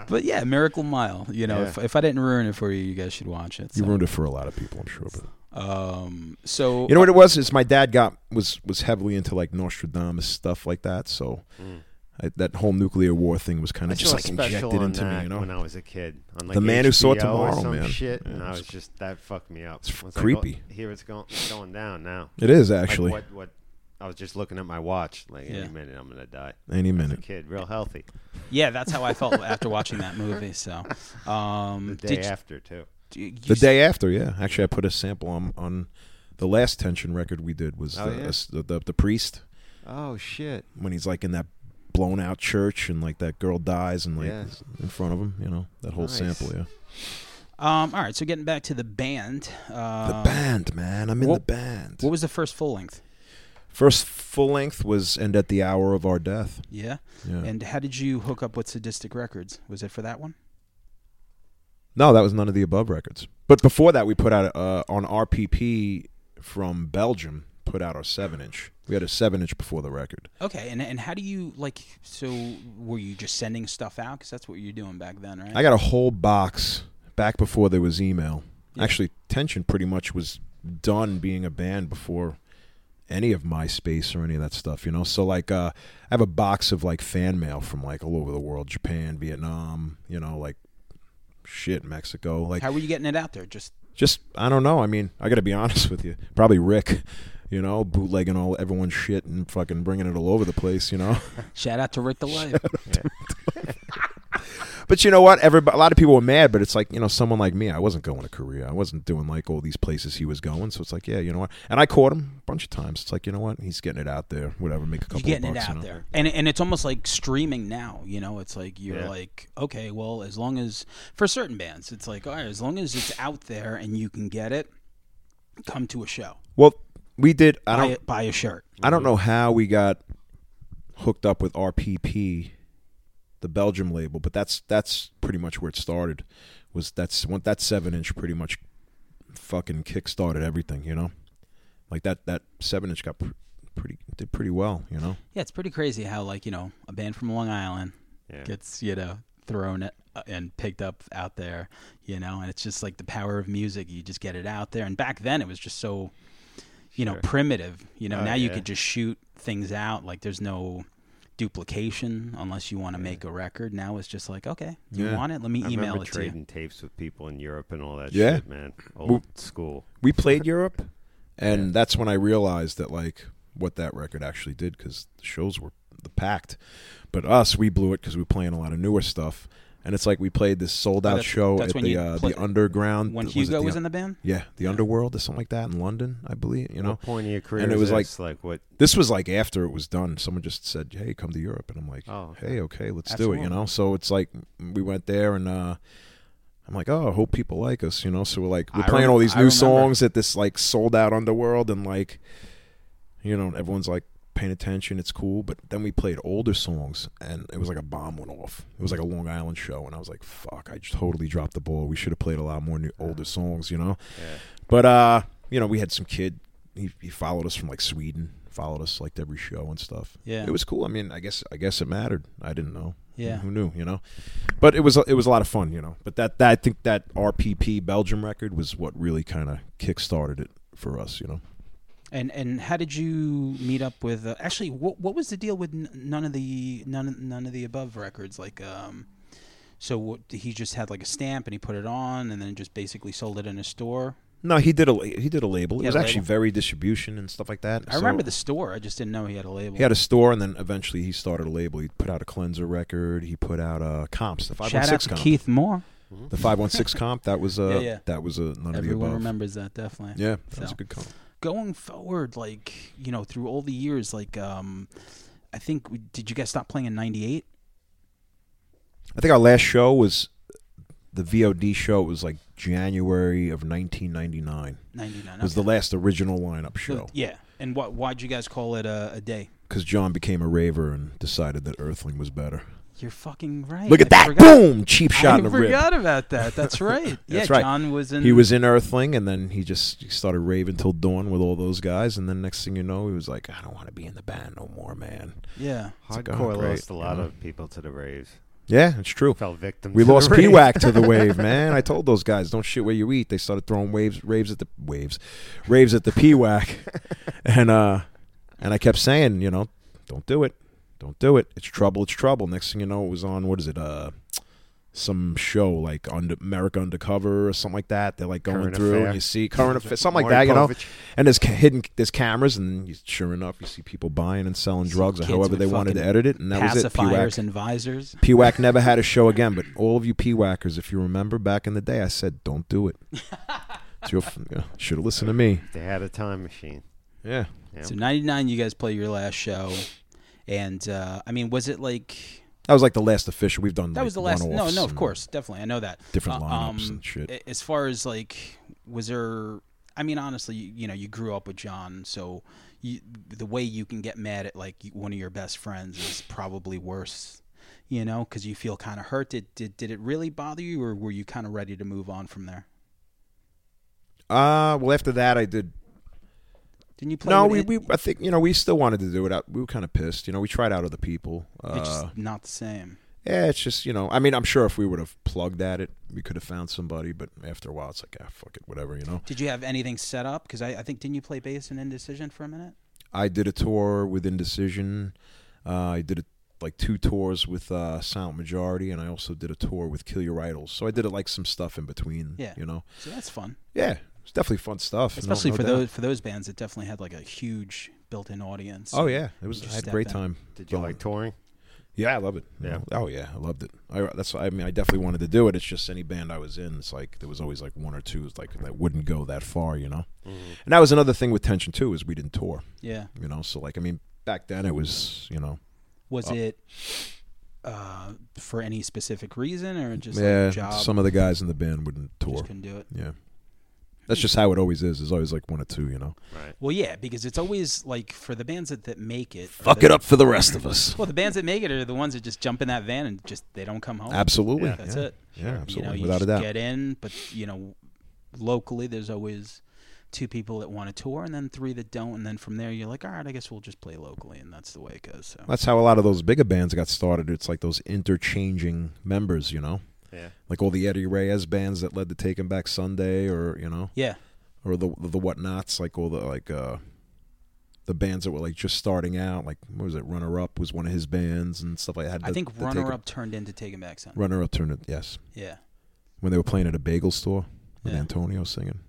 But yeah, Miracle Mile. You know, Yeah. if, if I didn't ruin it for you, you guys should watch it. You So, ruined it for a lot of people, I'm sure. But um, so you know what it was? Is my dad got was was heavily into like Nostradamus stuff like that. So Hmm. I, that whole nuclear war thing was I kind of just saw like a special injected on into me. that You know, when I was a kid. On like The Man Who Saw HBO or Tomorrow, some man. Shit, Yeah, and I it's- was just that fucked me up. it's Once I creepy. go- here it's going going down now. it is actually like what what I was just looking at my watch. Like Yeah. any minute I'm gonna die. any As a minute. kid, real healthy. yeah, that's how I felt after watching that <laughs> movie. So, um, The day did you- after too. do you, The day after, yeah. Actually, I put a sample on on the last tension record we did was Oh, the, yeah? the, the the priest Oh shit. when he's like in that blown out church and like that girl dies and like Yeah. in front of him. You know that whole Nice. sample. Yeah, Um, all right. So getting back to the band. Uh, the band, man. I'm in what- the band. What was the first full length? First full length was "End at the Hour of Our Death." Yeah. Yeah. And how did you hook up with Sadistic Records? Was it for that one? No, that was none of the above records. But before that, we put out uh, on RPP from Belgium. Put out our seven inch. We had a seven inch before the record. Okay. And and how do you like? So were you just sending stuff out? Because that's what you were doing back then, right? I got a whole box back before there was email. Actually, Tension pretty much was done being a band before any of MySpace or any of that stuff, you know? So, like, uh, I have a box of, like, fan mail from, like, all over the world Japan, Vietnam, you know, like, shit, Mexico. Like, how were you getting it out there? Just just, I don't know. I mean, I got to be <laughs> honest with you. Probably Rick, you know, bootlegging all everyone's shit <laughs> and fucking bringing it all over the place, you know? shout out to Rick the Live. But you know what? Everybody, a lot of people were mad, but it's like you know, someone like me, I wasn't going to Korea. I wasn't doing like all these places he was going. So it's like, yeah, you know what? And I caught him a bunch of times. It's like, you know what? He's getting it out there. Whatever, make a couple. You're getting it of bucks, out you know? there, and and it's almost like streaming now. You know, it's like you're Yeah. like, okay, well, as long as for certain bands, it's like, all right, as long as it's out there and you can get it, come to a show, Well, we did. I buy don't. it, buy a shirt. I don't know how we got hooked up with RPP, the Belgium label, but that's that's pretty much where it started. Was that's when that seven inch pretty much fucking kickstarted everything, you know? Like that that seven inch got pr- pretty did pretty well, you know? Yeah, it's pretty crazy how like you know a band from Long Island Yeah. gets you know thrown at, and picked up out there, you know, and it's just like the power of music. You just get it out there, and back then it was just so, you know, Sure. primitive. You know, Oh, now you yeah. could just shoot things out. Like there's no duplication unless you want to make a record. Now it's just like, okay, you Yeah. want it? Let me I email remember it to you. trading tapes with people in Europe and all that Yeah. shit, man. Old school. We played Europe and that's when I realized that like what that record actually did cuz the shows were the packed. But us, we blew it cuz we were playing a lot of newer stuff. And it's like we played this sold out Oh, that's- show that's at when the you uh, played- the underground. When was it Hugo the- was in the band, Yeah, the underworld or something like that in London, I believe. You know, What point of your career? And it is was like- this? like what? this was like after it was done. Someone just said, "Hey, come to Europe," and I'm like, Oh, okay. "Hey, okay, let's do it." Absolutely. You know, so it's like we went there, and uh, I'm like, "Oh, I hope people like us." You know, so we're like we're I playing rem- all these I new remember. songs at this like sold out underworld, and like, you know, everyone's like paying attention. It's cool, but then we played older songs, and it was like a bomb went off. It was like a Long Island show, and I was like, "Fuck, I totally dropped the ball. We should have played a lot more new older songs." You know. Yeah. But uh, you know, we had some kid. He, he followed us from like Sweden. Followed us like to every show and stuff. Yeah. it was cool. I mean, I guess I guess it mattered. I didn't know. Yeah. who knew? You know, but it was it was a lot of fun. You know, but that, that I think that RPP Belgium record was what really kind of kick started it for us. You know, and and how did you meet up with? Uh, actually, what what was the deal with n- none of the none of, none of the above records? Like, um, so what, he just had like a stamp and he put it on, and then just basically sold it in a store. no, he did a la- he did a label. It He had was a actually label? very distribution and stuff like that. I So remember the store. I just didn't know he had a label. He had a store, and then eventually he started a label. He put out a cleanser record. He put out uh, comps, the five one Shout out six to comp, Keith Moore. the five one six comp. That was uh, Yeah, yeah. that was a none of the Everyone above. remembers that definitely. Yeah, that's So. a good call. Going forward, like you know, through all the years, like um, I think we- did you guys stop playing in '98? I think our last show was the VOD show. It was like January of 1999. '99 It was the last original lineup show Yeah, and what? Why'd you guys call it a, a day? because John became a raver and decided that Earthling was better. You're fucking right. Look at I that! forgot. Boom! Cheap shot I in the rib. forgot about <laughs> that. That's right. yeah, That's right. John was in. He was in Earthling, and then he just he started raving till dawn with all those guys. And then next thing you know, he was like, "I don't want to be in the band no more, man." Yeah, like, Hardcore oh, great, lost a you lot know? of people to the raves. Yeah, it's true. Fell victim. We to <laughs> the lost rave. PWAC to the wave, man. I told those guys, don't shit where you eat. They started throwing waves, raves at the waves, raves at the <laughs> PWAC, and uh, and I kept saying, you know, don't do it, don't do it. It's trouble, it's trouble. Next thing you know, it was on what is it, uh, some show like under America Undercover or something like that. They're like going Current through Affair. and you see current affair, something like Maury that, you know. Povich. And there's ca- hidden, there's cameras, and you, sure enough, you see people buying and selling drugs or kids however with they wanted to fucking edit it, and that was it. PWAC. pacifiers and visors. PWAC never had a show again, but all of you PWACers, if you remember back in the day, I said, don't <laughs> do it. It's your, you should have listened to me. They had a time machine. Yeah. Yeah. So '99, you guys play your last show, and uh, I mean, was it like That was like the last official. We've done that like, was the last? No, one-offs no, of and course, definitely, I know that. Different Uh, lineups um, and shit. a- As far as like, was there? I mean, honestly, you, you know, you grew up with John, so you, the way you can get mad at like one of your best friends is probably worse. You know, because you feel kind of hurt. Did, did did it really bother you, or were you kind of ready to move on from there? uh, well, after that, I did. Didn't you play? No, with we, it? we, I think, you know, we still wanted to do it. I, we were kind of pissed. You know, we tried out other people. Uh, It's just not the same. yeah, it's just, you know, I mean, I'm sure if we would have plugged at it, we could have found somebody, but after a while, it's like, ah, fuck it, whatever, you know? Did you have anything set up? Because I, I think didn't you play bass in Indecision for a minute? I did a tour with Indecision. Uh, I did a, like two tours with uh, Silent Majority, and I also did a tour with Kill Your Idols. So I did like some stuff in between. Yeah. you know, So that's fun, yeah, it's definitely fun stuff. no- especially no for doubt. those for those bands that definitely had like a huge built-in audience. Oh yeah, it was. Just I had a step great in. time. Did you going. like touring? Yeah, I love it. Yeah. Oh yeah, I loved it. I, that's I mean I definitely wanted to do it. It's just any band I was in, it's like there was always like one or two like that wouldn't go that far, you know. And that was another thing with Tension too is we didn't tour, Yeah. you know. So like I mean back then it was you know Oh. Was it uh, for any specific reason or just yeah like job? some of the guys in the band wouldn't tour. just couldn't do it. Yeah. That's just how it always is. There's always like one or two, you know. Right. Well, yeah, because it's always like for the bands that, that make it. or Fuck the- it up for the rest of us. Well, the bands that make it are the ones that just jump in that van and just they don't come home. Absolutely. Yeah. That's yeah. it. Yeah, absolutely. You know, Without you just a doubt. get in, but you know, locally there's always two people that want to tour, and then three that don't, and then from there you're like, all right, I guess we'll just play locally, and that's the way it goes. So That's how a lot of those bigger bands got started. It's like those interchanging members, you know, Yeah. like all the Eddie Reyes bands that led to Taking Back Sunday, or you know, yeah, or the the whatnots, like all the like uh the bands that were like just starting out. Like what was it? Runner Up was one of his bands and stuff like that. I think runner up turned into Taking Back Sunday. Runner Up turned it. Yes, Yeah, when they were playing at a bagel store with Yeah. Antonio singing.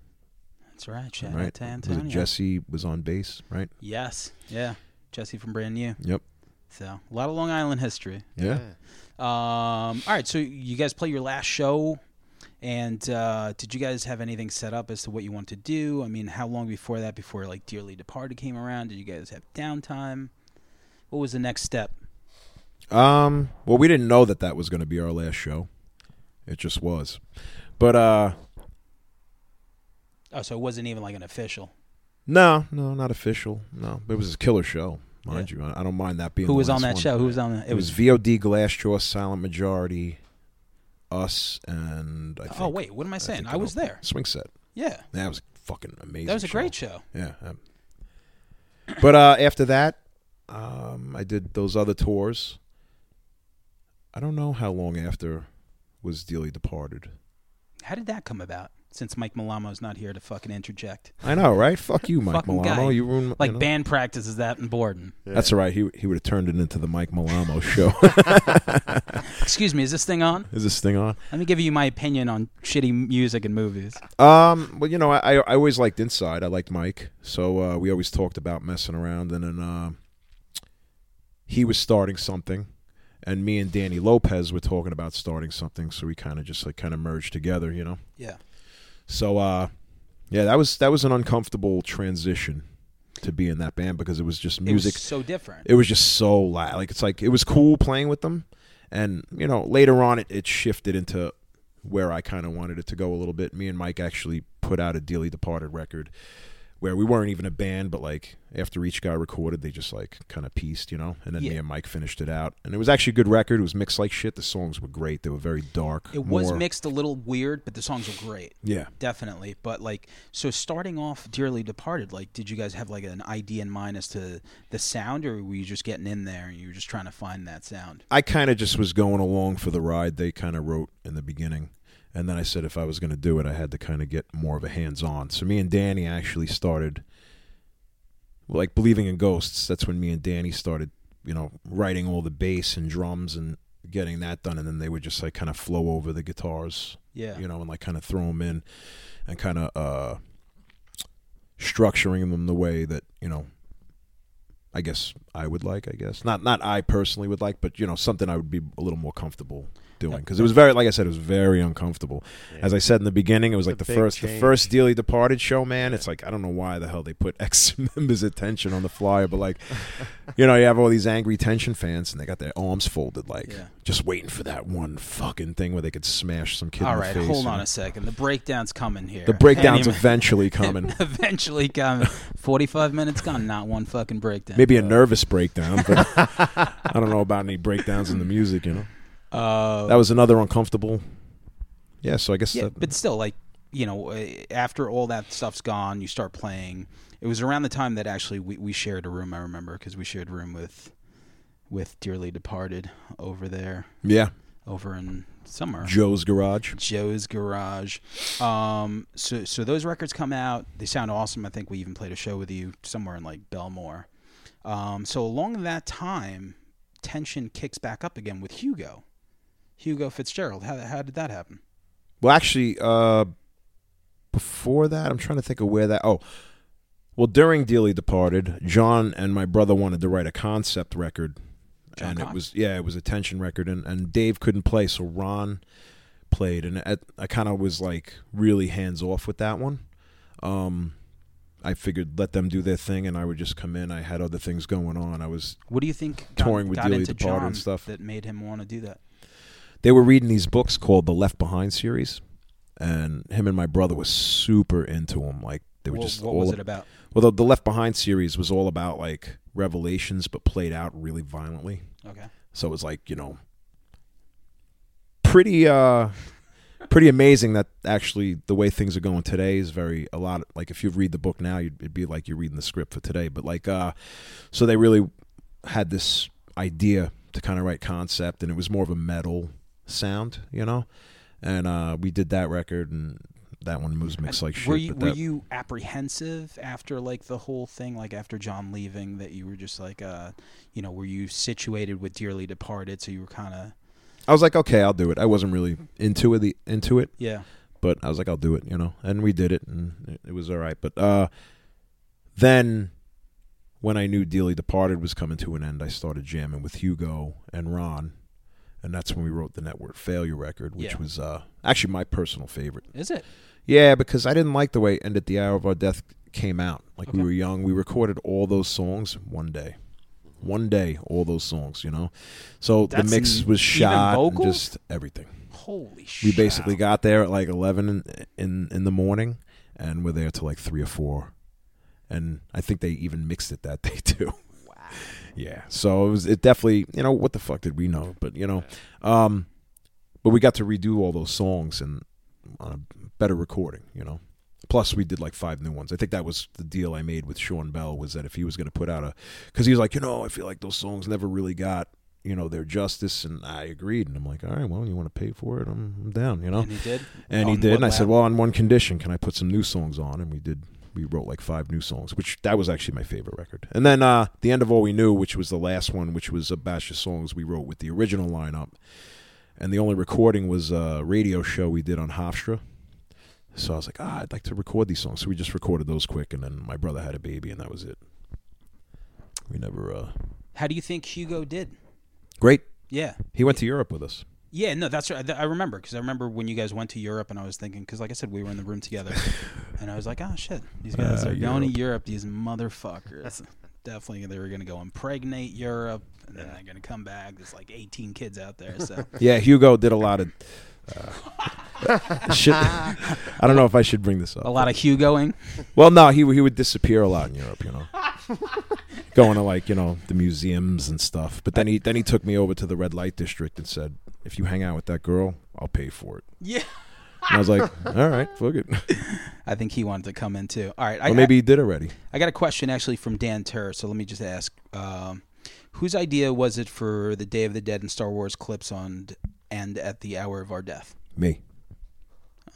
that's right. Shout right, out to Was it Antonio. Jesse was on bass, right? Yes, yeah, Jesse from Brand New. Yep. So a lot of Long Island history. Yeah. Um, all right, so you guys play your last show, and uh, did you guys have anything set up as to what you want to do? I mean, how long before that, before like Dearly Departed came around, did you guys have downtime? What was the next step? Um. Well, we didn't know that that was going to be our last show. It just was, but uh, Oh, so it wasn't even like an official. no, no, not official. No, it was a killer show, mind you. I I don't mind that being Who the was on last that one. show? Who was on that? It was VOD, Glassjaw, Silent Majority, us, and I think, Oh wait, what am I saying? think I, was know. there. Swing set. Yeah, That was fucking amazing. that was a great show. Yeah. um, But uh, after that, um, I did those other tours. I don't know how long after was Dealey departed. How did that come about? Since Mike Malamo's not here to fucking interject, I <laughs> know, right? Fuck you, Mike Fucking Milano. guy. You ruined my- like you know? band practices that in Borden. That's all right. He he would have turned it into the Mike Milano <laughs> show. Excuse me, is this thing on? Is this thing on? Let me give you my opinion on shitty music and movies. Um, well, you know, I I always liked Inside. I liked Mike, so uh, we always talked about messing around, and then uh, he was starting something, and me and Danny Lopez were talking about starting something, so we kind of just like kind of merged together, you know. Yeah. So, uh, yeah, that was that was an uncomfortable transition to be in that band because it was just music. It was so different. it was just so loud. Like it's like it was cool playing with them, and you know later on it, it shifted into where I kind of wanted it to go a little bit. Me and Mike actually put out a Dearly Departed record where we weren't even a band, but like after each guy recorded, they just like kind of pieced, you know. And then me Yeah. and Mike finished it out, and it was actually a good record. It was mixed like shit. The songs were great. They were very dark. It was more- mixed a little weird, but the songs were great. Yeah. Definitely. But like so starting off Dearly Departed, like did you guys have like an idea in mind as to the sound or were you just getting in there and you were just trying to find that sound? I kind of just was going along for the ride they kind of wrote in the beginning. And then I said if I was going to do it, I had to kind of get more of a hands on. So me and Danny actually started, well, like, believing in ghosts. That's when me and Danny started, you know, writing all the bass and drums and getting that done. And then they would just, like, kind of flow over the guitars Yeah. you know, and like kind of throw them in and kind of uh, structuring them the way that you know, I guess I would like. I guess not not I personally would like, but you know, something I would be a little more comfortable doing because it was very, like I said, it was very uncomfortable. As I said in the beginning, it was like It's the a big first the change. first Dearly Departed show, man. It's like I don't know why the hell they put <laughs> X members' attention on the flyer, but like, you know, you have all these angry tension fans and they got their arms folded, like Yeah. just waiting for that one fucking thing where they could smash some kid. All in the right, face, hold you on know? a second. The breakdown's coming here. The Can't breakdown's even- eventually coming. <laughs> eventually coming. Forty five minutes gone, not one fucking breakdown. Maybe a nervous breakdown, but I don't know about any breakdowns in the music, you know. uh, That was another uncomfortable. Yeah, so I guess Yeah, that but still, like you know, uh, after all that stuff's gone, you start playing. It was around the time that actually we, we shared a room. I remember because we shared a room with with dearly departed over there, yeah, over in summer. Joe's garage. Joe's Garage. Um, so so those records come out. They sound awesome. I think we even played a show with you somewhere in like Belmore. Um, so along that time, tension kicks back up again with Hugo. Hugo Fitzgerald. How how did that happen? Well, actually, uh, before that, I'm trying to think of where that. Oh, well, during Dealey Departed, John and my brother wanted to write a concept record John and Cox. it was yeah, it was a tension record, and and Dave couldn't play, so Ron played, and at, I kind of was like really hands off with that one. Um, I figured let them do their thing, and I would just come in. I had other things going on. I was What do you think got, touring with got Dealey into DeParter John and stuff. that made him want to do that? they were reading these books called the Left Behind series, and him and my brother was super into them. Like they were Wha- just what all was it ab- about? well, the, the Left Behind series was all about like revelations, but played out really violently. Okay. So it was like you know, pretty uh, pretty amazing that actually the way things are going today is very a lot. Like if you read the book now, you'd, it'd be like you're reading the script for today. But like uh, so they really had this idea to kind of write concept, and it was more of a metal sound, you know. And uh, we did that record, and that one moves mixed like shit. were you but were that- you apprehensive after like the whole thing, like after John leaving, that you were just like, uh, you know, were you situated with Dearly Departed, so you were kind of I was like, okay, I'll do it. I wasn't really into it, into it, yeah. but I was like, I'll do it, you know. And we did it, and it- it was all right. But uh, then, when I knew Dealey Departed was coming to an end, I started jamming with Hugo and Ron, and that's when we wrote the Network Failure record, which Yeah. was uh, actually my personal favorite. Is it? Yeah, because I didn't like the way "End at the Hour of Our Death" came out. Like we Okay. were young, we recorded all those songs one day. One day, all those songs, you know. So That's the mix n- was even shot, and vocals? just everything Holy shit! we basically <laughs> got there at like 11 in, in in the morning and we're there till like 3 or 4 and i think they even mixed it that <laughs> day too yeah so it was it definitely you know what the fuck did we know but you know um but we got to redo all those songs and on a better recording you know plus we did like five new ones i think that was the deal i made with sean bell was that if he was going to put out a because he was like you know i feel like those songs never really got you know their justice and i agreed and i'm like all right well you want to pay for it i'm, I'm down you know And he did. and he On did. what And I said, lap? well, on one condition, can I put some new songs on? And we did. We wrote like five new songs, which that was actually my favorite record. And then uh, the end of all we knew, which was the last one, which was a batch of songs we wrote with the original lineup. And the only recording was a radio show we did on Hofstra. So I was like, ah, I'd like to record these songs. So we just recorded those quick, and then my brother had a baby, and that was it. We never uh, How do you think Hugo did? great. Yeah. He went to Europe with us. Yeah, no, that's right. I remember because I remember when you guys went to Europe, and I was thinking because, like I said, we were in the room together, and I was like, "Oh shit, these guys Uh, are going Europe. to Europe. These motherfuckers, definitely they were going to go impregnate Europe, and then they're going to come back. There's like 18 kids out there, so Yeah, Hugo did a lot of uh, <laughs> shit. I don't know if I should bring this up. a lot of Hugoing. Well, no, he he would disappear a lot in Europe, <laughs> you know. Going to like you know the museums and stuff, but then he then he took me over to the red light district and said, "If you hang out with that girl, I'll pay for it." Yeah, And I <laughs> was like, "All right, fuck it." I think he wanted to come in too. All right, I, Or maybe he did already. I got a question actually from Dan Turr, so let me just ask: um, Whose idea was it for the Day of the Dead and Star Wars clips on and at the hour of our death? Me,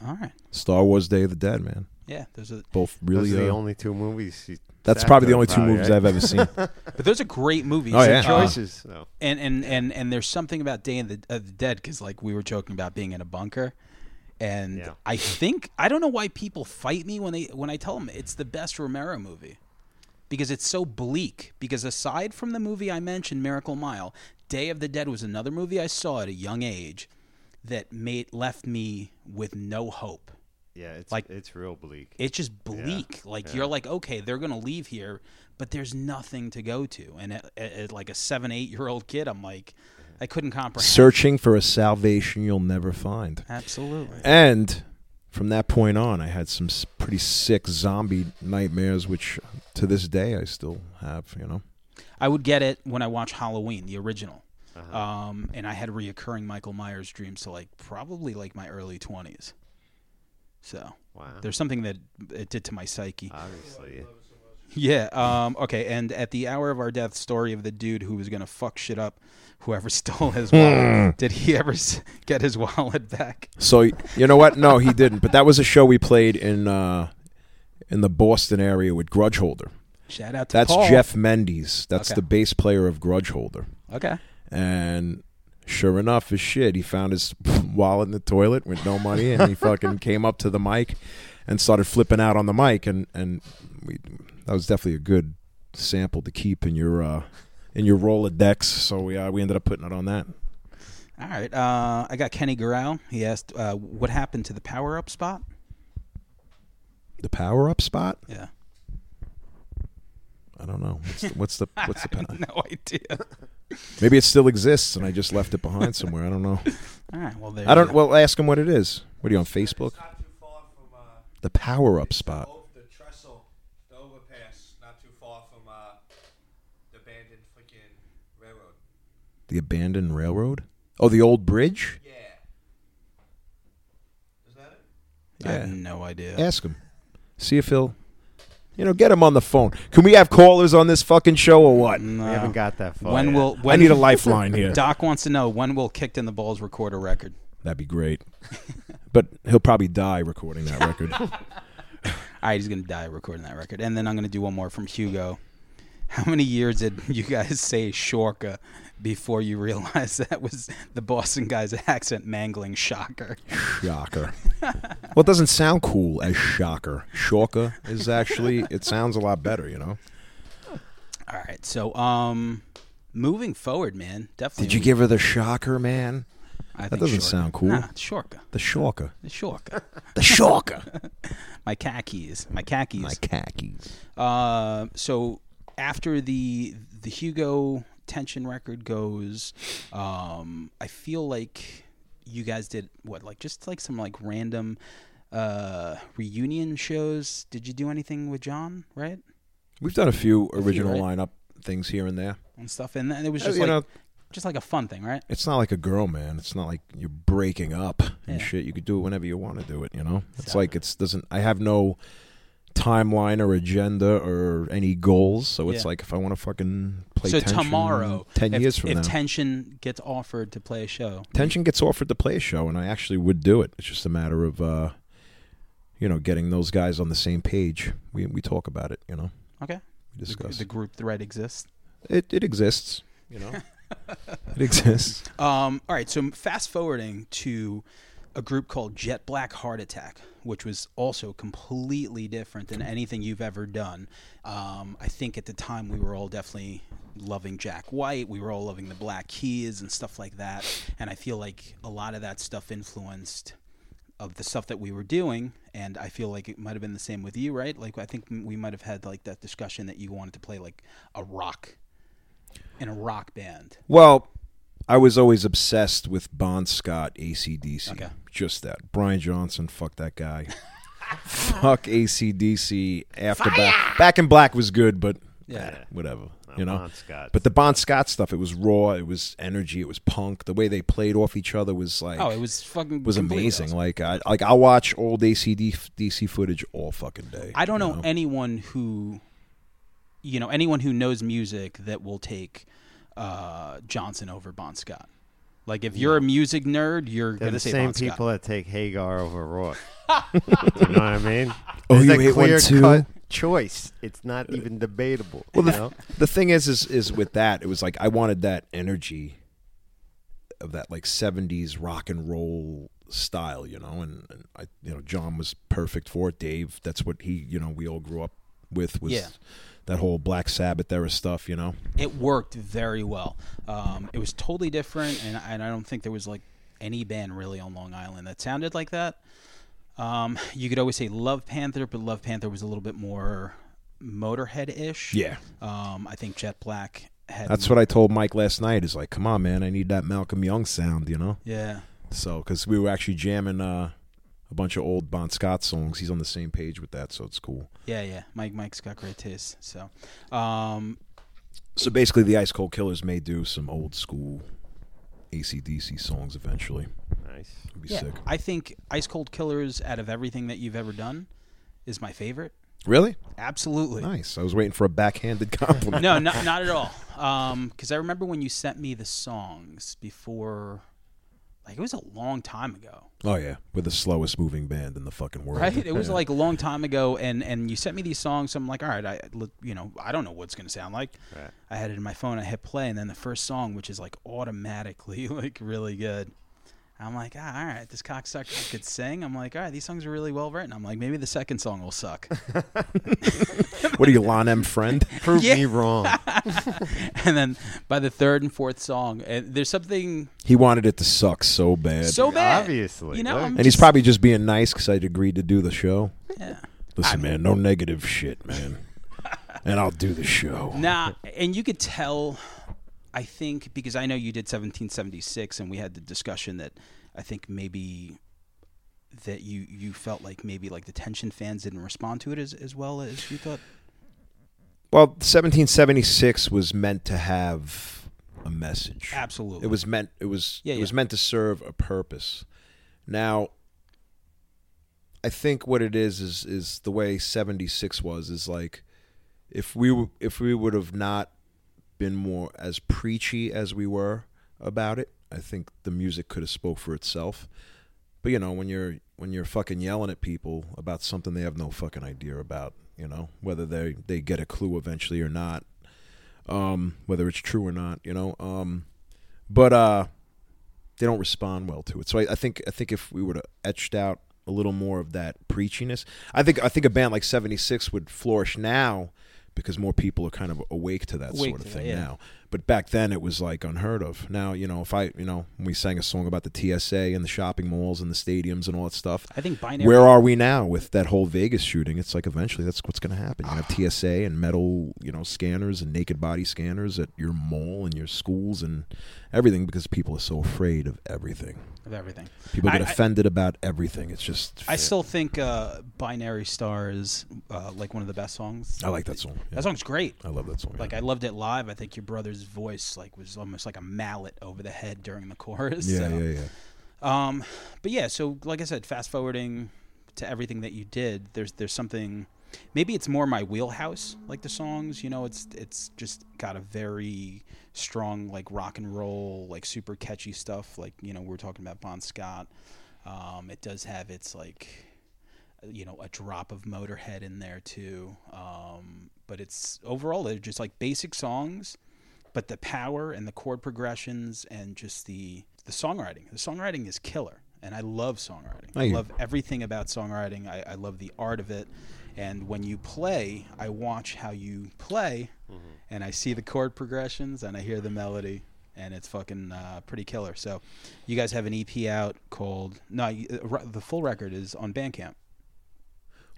All right, Star Wars: Day of the Dead, man. yeah, those are Both Those really. are the uh, only two movies. he- that's that probably the are only two about, movies right? I've ever seen. <laughs> But those are great movies. Oh, Uh, yeah. Uh-huh. Choice. <laughs> Choices, though. and, and and and there's something about Day of the, of the Dead because like we were joking about being in a bunker, and Yeah. I think I don't know why people fight me when they when I tell them it's the best Romero movie, because it's so bleak. Because aside from the movie I mentioned, Miracle Mile, Day of the Dead was another movie I saw at a young age that made left me with no hope. Yeah, it's Like- it's real bleak. It's just bleak. Like you're like, okay, they're gonna leave here, but there's nothing to go to. And at, at, at like a seven, eight year old kid, I'm like, I couldn't comprehend. Searching for a salvation you'll never find. Absolutely. And from that point on, I had some s- pretty sick zombie nightmares, which to this day I still have. You know. I would get it when I watch Halloween, the original. Um, and I had reoccurring Michael Myers dreams to like probably like my early twenties. So Wow. there's something that it did to my psyche. Obviously, yeah. Yeah. Um, okay. And at the hour of our death, story of the dude who was gonna fuck shit up, whoever <laughs> stole his Hmm. wallet. did he ever s- get his wallet back? So you know what? No, he didn't. But that was a show we played in uh, in the Boston area with Grudge Holder. Shout out to That's Paul. Jeff Mendes. That's Okay. the bass player of Grudge Holder. Okay. And sure enough, as shit, he found his <laughs> wallet in the toilet with no money, and he fucking came up to the mic and started flipping out on the mic, and and we, that was definitely a good sample to keep in your uh, in your Rolodex. So we uh, we ended up putting it on that. All right. Uh, I got Kenny Garral. He asked, uh, "What happened to the power up spot?" The power up spot. Yeah. <laughs> I don't know. What's the what's the, what's the I pa- <laughs> have no idea. Maybe it still exists, and I just left it behind somewhere. I don't know. All right. Well, there. I don't. you go. Well, ask him what it is. What are you on Facebook? It's not too far from uh, The power up spot. o- the trestle, the overpass, not too far from uh, the abandoned freaking railroad. The abandoned railroad. Oh, the old bridge. Yeah. Is that it? I have no idea. Uh, Ask him. See if he'll. You know, get him on the phone. Can we have callers on this fucking show or what? No. We haven't got that far. when yet. will I Mm, when need a <laughs> lifeline here. Doc wants to know when will Kicked in the Balls record a record? That'd <laughs> be great. But he'll probably die recording that record. All right, he's gonna die recording that record, and then I'm gonna do one more from Hugo. How many years did <laughs> you guys say Shorka before you realized <laughs> that was the Boston guy's <laughs> accent mangling shocker? Shocker. Well, it doesn't sound cool as shocker. Shocker is actually, it sounds a lot better, you know? All right, so um, moving forward, man, definitely. Did you give her the shocker, man? I That think doesn't Shorka. sound cool. Nah, it's Shorka, The shocker. It's Shorka, <laughs> The shocker. my khakis, my khakis. My khakis. Uh, so after the the Hugo tension record goes, um, I feel like you guys did what like just like some like random uh reunion shows. Did you do anything with John right We've done a few original right? lineup things here and there. and stuff? And then it was just Uh, you like know, just like a fun thing, right? it's not like a girl, man. It's not like you're breaking up and Yeah. shit. You could do it whenever you want to do it. You know, it's like it's doesn't. I have no timeline or agenda or any goals. So it's Yeah. like if I want to fucking play. so tension tomorrow, ten if, years from if now, tension gets offered to play a show, tension gets offered to play a show, and I actually would do it. It's just a matter of. uh you know, getting those guys on the same page. We we talk about it. You know, okay, we the, discuss. the group thread exists. it it exists. <laughs> You know, it exists. Um, all right, so fast forwarding to a group called Jet Black Heart Attack, which was also completely different than anything you've ever done. Um, I think at the time we were all definitely loving Jack White, we were all loving the Black Keys and stuff like that, and I feel like a lot of that stuff influenced of the stuff that we were doing and i feel like it might have been the same with you right like i think we might have had like that discussion that you wanted to play like a rock in a rock band Well, I was always obsessed with Bon Scott, ACDC. Okay. Just that. Brian Johnson, fuck that guy. fuck ACDC after back. Back in Black was good, but Yeah. eh, whatever. Uh, You know? Bon Scott. But the Bon Scott stuff, it was raw, it was energy, it was punk. The way they played off each other was like Oh, it was fucking was completely amazing. awesome. Like I like I watch old ACDC footage all fucking day. I don't you know anyone who, you know, anyone who knows music that will take uh, Johnson over Bon Scott. Like, if you're a music nerd, you're They're gonna the say same Bon Scott. people that take Hagar <laughs> over Rourke. you know what I mean? Oh, There's you a hate one too? clear-cut Choice. It's not even debatable. Well, you the, know? the thing is, is, is with that, it was like I wanted that energy of that like '70s rock and roll style, you know, and, and I, you know, John was perfect for it. Dave, that's what he, you know, we all grew up with was Yeah. that whole Black Sabbath era stuff, you know. It worked very well. Um, it was totally different, and, and I don't think there was like any band really on Long Island that sounded like that. Um, you could always say Love Panther, but Love Panther was a little bit more Motorhead ish. Yeah. Um, I think Jet Black had. That's what I told Mike last night. Is like, come on, man, I need that Malcolm Young sound, you know. Yeah. So, because we were actually jamming uh, a bunch of old Bon Scott songs. He's on the same page with that, so it's cool. Yeah, yeah. Mike Mike's got great taste. So, um, So basically, the Ice Cold Killers may do some old school ACDC songs eventually. nice. It'd be yeah, sick. I think Ice Cold Killers out of everything that you've ever done is my favorite. Really? Absolutely. Nice. I was waiting for a backhanded <laughs> compliment. No, not not at all. Um, because I remember when you sent me the songs before, like it was a long time ago, Oh, yeah. We're the slowest moving band in the fucking world. right? It was Yeah. like a long time ago, and and you sent me these songs. I'm like, all right, I look, you know, I don't know what's gonna sound like. Right. I <laughs> had it in my phone. I hit play, and then the first song, which is like automatically like really good. I'm like, ah, all right, this cocksucker could sing. I'm like, all right, these songs are really well written. I'm like, maybe the second song will suck. <laughs> What are you, Lon M. Friend? Prove Yeah. me wrong. and then by the third and fourth song, uh, there's something He wanted it to suck so bad. so bad. obviously, you know, look. I'm and he's just- probably just being nice because I'd agreed to do the show. yeah. Listen, man, no negative shit, <laughs> man. and I'll do the show. Nah, and you could tell, I think, because I know you did 1776, and we had the discussion that I think maybe that you you felt like maybe like the tension fans didn't respond to it as as well as you thought. Well, 1776 was meant to have a message. Absolutely, It was meant. It was. Yeah, it was yeah. meant to serve a purpose. Now, I think what it is is is the way '76 was is like, if we w- if we would have not been more as preachy as we were about it, I think the music could have spoke for itself. But you know, when you're when you're fucking yelling at people about something they have no fucking idea about, you know, whether they they get a clue eventually or not, um, whether it's true or not, you know, um, but uh, they don't respond well to it. So I, I think I think if we were to etched out a little more of that preachiness, I think I think a band like Seventy Six would flourish now because more people are kind of awake to that Awake sort of to that, thing yeah. now. But back then it was like unheard of. Now you know if I you know we sang a song about the TSA and the shopping malls and the stadiums and all that stuff. I think binary. Where are we now with that whole Vegas shooting? It's like eventually that's what's going to happen. <sighs> You have TSA and metal, you know, scanners and naked body scanners at your mall and your schools and everything because people are so afraid of everything. of everything. People get I- I- offended about everything. It's just I still think uh, "Binary Star" is uh, like one of the best songs. I like that song. Oh, Yeah. That song's great. I love that song. Like I loved it live. I think your brother's voice like was almost like a mallet over the head during the chorus. yeah, so. yeah, yeah. Um, but yeah, so like I said, fast forwarding to everything that you did, there's there's something. Maybe it's more my wheelhouse, like the songs. You know, it's it's just got a very strong like rock and roll, like super catchy stuff. Like you know, we we're talking about Bon Scott. Um, it does have its like, you know, a drop of Motorhead in there too. Um, but it's overall they're just like basic songs but the power and the chord progressions and just the the songwriting the songwriting is killer and i love songwriting i you- love everything about songwriting I, I love the art of it and when you play i watch how you play and i see the chord progressions and i hear the melody and it's fucking uh, pretty killer so you guys have an ep out called no you- uh, re- the full record is on bandcamp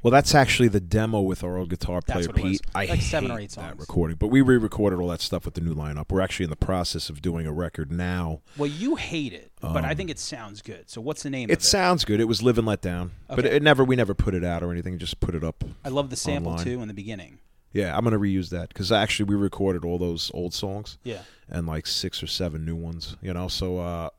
Well, that's actually the demo with our old guitar That's player what it was. Pete. I Like hate seven or eight that songs. recording, but we re-recorded all that stuff with the new lineup. We're actually in the process of doing a record now. well you hate it but i think it sounds good so what's the name Um, It of it sounds good. It was "Live and Let Down," but Okay. it never. We never put it out or anything. Just put it up. i love the sample online. too in the beginning Yeah, I'm gonna reuse that because actually we recorded all those old songs yeah and like six or seven new ones. You know, so uh,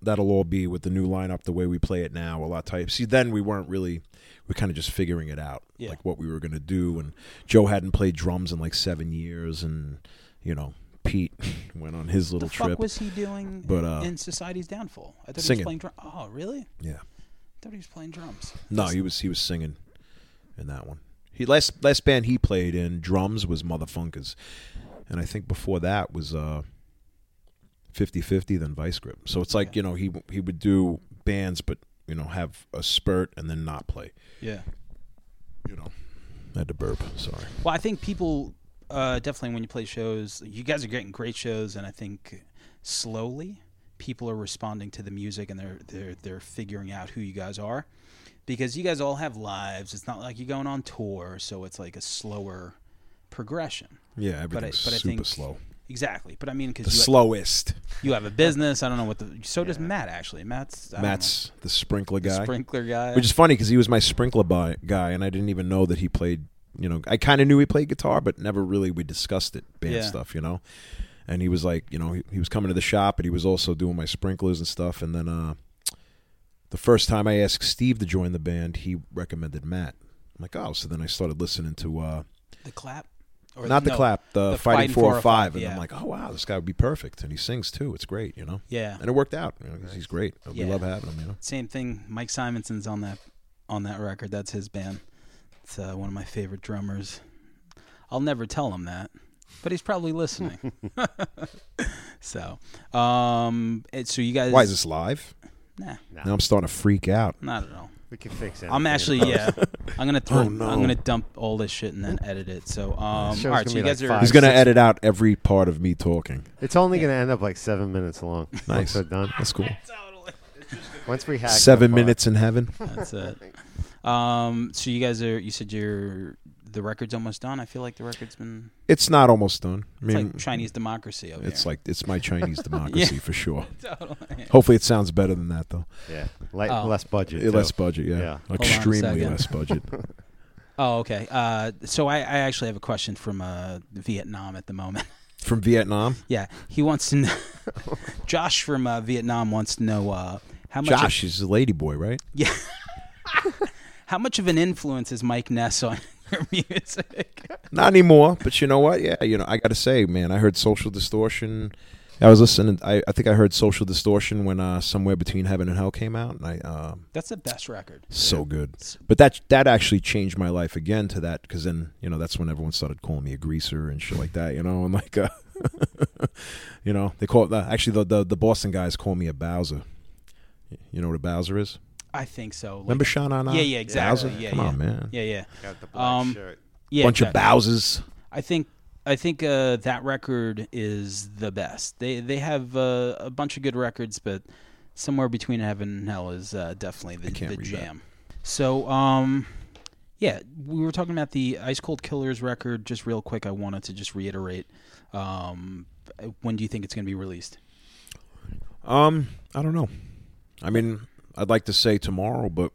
that'll all be with the new lineup, the way we play it now, a lot type. See, then we weren't really. We are kind of just figuring it out, Yeah. like what we were gonna do. And Joe hadn't played drums in like seven years, and you know, Pete <laughs> went on his little the trip. fuck was he doing But, uh, in Society's Downfall? I thought he singing. was playing drums. Oh, really? I yeah. thought he was playing drums. No, he was he was singing in that one. He last last band he played in drums was Motherfunkers, and I think before that was uh 50-50, then Vice Grip. So it's like you know he he would do bands, but you know have a spurt and then not play. Yeah. You know, I had to burp. Sorry. Well, I think people uh, definitely when you play shows, you guys are getting great shows, and I think slowly people are responding to the music and they're they're they're figuring out who you guys are because you guys all have lives. It's not like you're going on tour, so it's like a slower progression. Yeah, But I, everything's but I super think slow. Exactly, but I mean The because you, slowest. you have a business. I don't know what the so does Matt actually. Matt's I don't know, Matt's the sprinkler the guy. sprinkler guy. which is funny because he was my sprinkler bi- guy, and I didn't even know that he played. You know, I kind of knew he played guitar, but never really we discussed it band Yeah. stuff. You know, and he was like, you know, he, he was coming to the shop, and he was also doing my sprinklers and stuff. And then uh, the first time I asked Steve to join the band, he recommended Matt. I'm like, oh, so then I started listening to uh, The clap? Or not the no, clap, the, fighting four or five, and yeah. I'm like, oh wow, this guy would be perfect, and he sings too. It's great, you know. yeah, And it worked out. You know, 'cause He's great. Yeah. We love having him. You know. same thing. Mike Simonson's on that on that record. That's his band. It's uh, one of my favorite drummers. I'll never tell him that, but he's probably <laughs> <laughs> listening. so, um, it, so you guys, Why is this live? Nah, Now I'm starting to freak out. not at all. <laughs> We can fix it. I'm actually yeah. I'm gonna throw, Oh, no. I'm gonna dump all this shit and then edit it. So um, all show's right, gonna so you be guys like are five, He's gonna six- edit out every part of me talking. It's only going to end up like seven minutes long. Nice. Once we're done. That's cool. Once we hack Seven the pod. minutes in heaven. <laughs> That's it. Um, so you guys are. You said you're. The record's almost done. I feel like the record's been. It's not almost done. I It's mean, like Chinese democracy over Mm. it's here. like it's <laughs> my Chinese democracy for sure. totally. Hopefully, it sounds better than that though. Yeah. Light, Oh. Less budget. Eh, too. Less budget, yeah. Yeah. on a Extremely second. <laughs> less budget. Oh, okay. Uh, so I, I actually have a question from uh, Vietnam at the moment. <laughs> From Vietnam, yeah, he wants to know. <laughs> Josh from uh, Vietnam wants to know uh, how much. Josh is the lady boy, right? <laughs> yeah. how much of an influence is Mike Ness on <laughs> your music? Not anymore. But you know what? Yeah, you know, I got to say, man, I heard Social Distortion. I was listening. I, I think I heard Social Distortion when uh, Somewhere Between Heaven and Hell came out, and I um, That's the best record. so good. But that that actually changed my life again to that because then you know that's when everyone started calling me a greaser and shit like that. You know, and like, uh, <laughs> you know, they call it the, actually the, the the Boston guys call me a Bowser. You know what a Bowser is? I think so. Like, Remember Sean on Yeah, yeah, exactly. Yeah, Come yeah. on, man. Yeah, yeah, Got the black Um, shirt. yeah. Bunch exactly. of Bowsers. I think I think uh, that record is the best. They they have uh, a bunch of good records, but somewhere between heaven and hell is uh, definitely the, can't the read that. jam. So um, yeah, we were talking about the Ice Cold Killers record. Just real quick, I wanted to just reiterate. Um, when do you think it's going to be released? Um, I don't know. I mean, I'd like to say tomorrow, but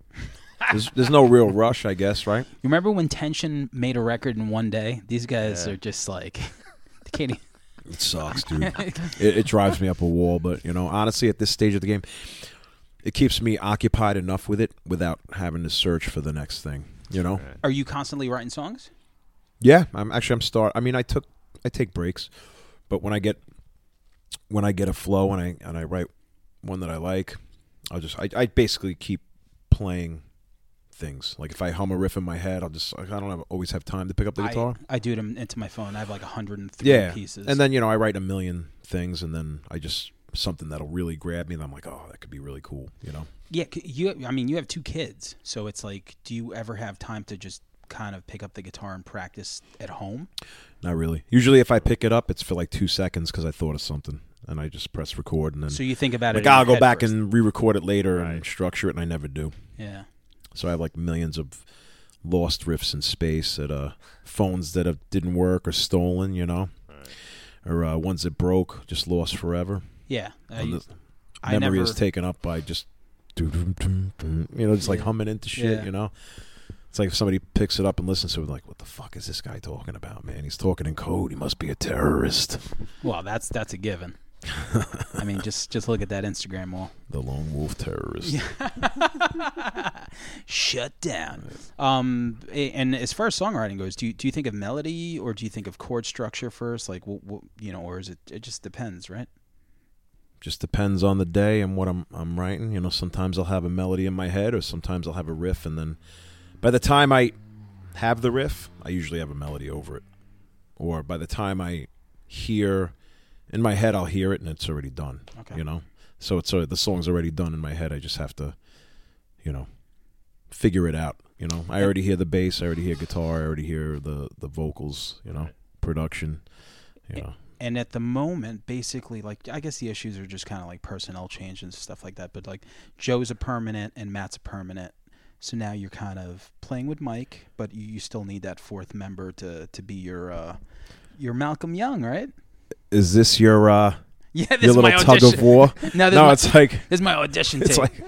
there's there's no real rush, I guess, right? You remember when Tension made a record in one day? These guys Yeah. are just like, they can't e-, even- It sucks, dude. it, it drives me up a wall, but you know, honestly, at this stage of the game, it keeps me occupied enough with it without having to search for the next thing. You know? Right. are you constantly writing songs? Yeah, I'm actually I'm start. I mean, I took I take breaks, but when I get when I get a flow and I and I write one that I like, I'll just I, I basically keep playing things. Like if I hum a riff in my head, I'll just I don't have, always have time to pick up the guitar. I, I do it in- into my phone. I have like 103 yeah pieces. and then you know i write a million things and then i just something that'll really grab me and i'm like oh that could be really cool you know Yeah, c- you. I mean, you have two kids, so it's like, do you ever have time to just kind of pick up the guitar and practice at home? not really usually if i pick it up it's for like two seconds because i thought of something and i just press record and then So you think about it. like in your i'll go head back first. and re-record it later and Right. structure it and i never do yeah, so i have like millions of lost riffs in space that uh phones that have, didn't work or stolen you know or uh, ones that broke just lost forever yeah. I, And the I memory never. is taken up by just doo-doo-doo-doo, you know just like Yeah. humming into shit Yeah. you know it's like if somebody picks it up and listens to it like what the fuck is this guy talking about man he's talking in code he must be a terrorist well, that's that's a <laughs> given. I mean, just just look at that Instagram wall. the lone wolf terrorist Shut down. Um, a- and as far as songwriting goes, do you, do you think of melody or do you think of chord structure first? Like, wh- wh- you know, or is it? It just depends, right? just depends on the day and what I'm I'm writing you know sometimes I'll have a melody in my head or sometimes I'll have a riff and then by the time I have the riff I usually have a melody over it or by the time I hear in my head I'll hear it and it's already done Okay. you know so it's uh, the song's already done in my head i just have to you know figure it out you know i already hear the bass i already hear guitar i already hear the the vocals you know production you know and at the moment basically like i guess the issues are just kind of like personnel change and stuff like that but like joe's a permanent and matt's a permanent so now you're kind of playing with mike but you, you still need that fourth member to to be your uh your malcolm young right <laughs> is this your uh yeah this your is my little tug audition of war <laughs> no, this, no is it's like my, this is my audition tape it's like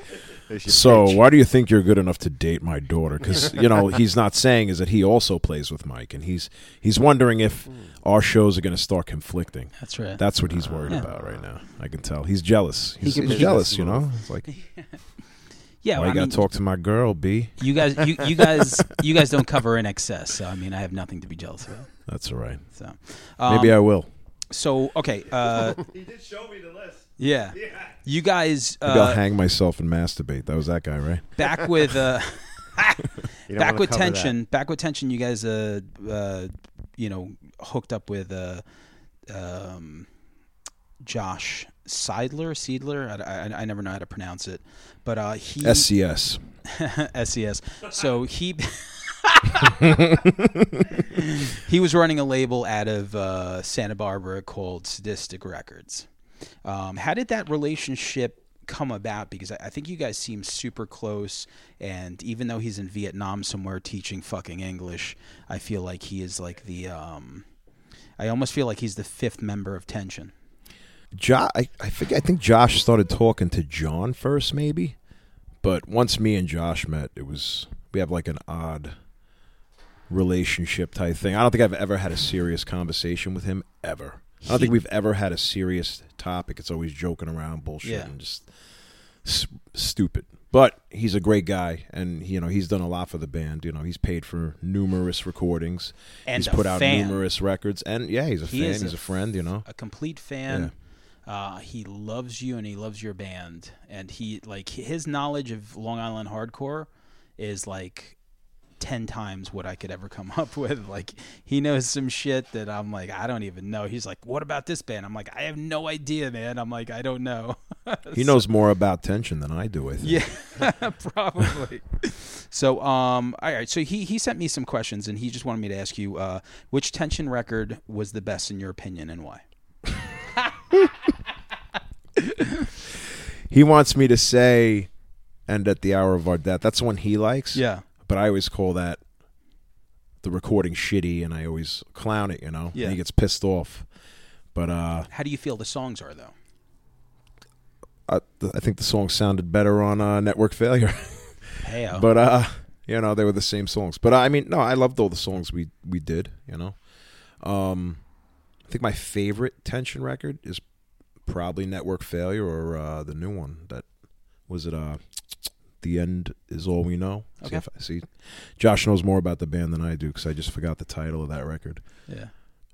They should so pitch. why do you think you're good enough to date my daughter because you know he's not saying is that he also plays with mike and he's he's wondering if our shows are going to start conflicting that's right That's what he's worried Yeah. about right now. I can tell. He's jealous. He's, could he's be- jealous, you know? It's like, yeah well, why you I gotta mean, talk to my girl, B? you guys you, you guys you guys don't cover in excess so i mean i have nothing to be jealous about That's all right. so Um, Maybe I will. so okay <laughs> uh He did show me the list. yeah Yeah. you guys Maybe I'll uh hang myself and masturbate. That was that guy, right? back with <laughs> uh You don't back wanna with cover that. tension back with tension you guys uh, uh you know hooked up with uh um josh Seidler, Seidler. I, I, I never know how to pronounce it, but uh, he SCS. SES. E So he he was running a label out of uh, Santa Barbara called Sadistic Records. Um, how did that relationship come about? Because I, I think you guys seem super close, and even though he's in Vietnam somewhere teaching fucking English, I feel like he is like the. Um, I almost feel like he's the fifth member of Tension. Jo- I, I think I think Josh started talking to John first, maybe. But once me and Josh met, it was we have like an odd relationship type thing. I don't think I've ever had a serious conversation with him ever. I don't think we've ever had a serious topic. It's always joking around, bullshit, Yeah. and just s- stupid. But he's a great guy, and you know he's done a lot for the band. You know he's paid for numerous recordings. And he's a put out fan. numerous records, and yeah, he's a He fan. is a he's a friend. You know, a complete fan. Uh, he loves you and he loves your band. And he like his knowledge of Long Island hardcore is like ten times what I could ever come <laughs> up with. Like he knows some shit that I'm like I don't even know. He's like, what about this band? I'm like, I have no idea, man. I'm like, I don't know. <laughs> he knows more about tension than I do. I think. Yeah, <laughs> probably. so, um, all right. So he he sent me some questions, and he just wanted me to ask you, uh, which tension record was the best in your opinion, and why? He wants me to say, "And at the hour of our death." That's the one he likes. Yeah, but I always call that the recording shitty, and I always clown it. You know, Yeah. and he gets pissed off. But uh, How do you feel the songs are though? I, th- I think the song sounded better on uh, Network Failure. Hey, but uh, you know, they were the same songs. But uh, I mean, no, I loved all the songs we we did. You know, um, I think my favorite Tension record is probably Network Failure or uh, the new one that was it. Uh, the end is all we know. See, Okay. if I, see, Josh knows more about the band than I do because I just forgot the title of that record. yeah.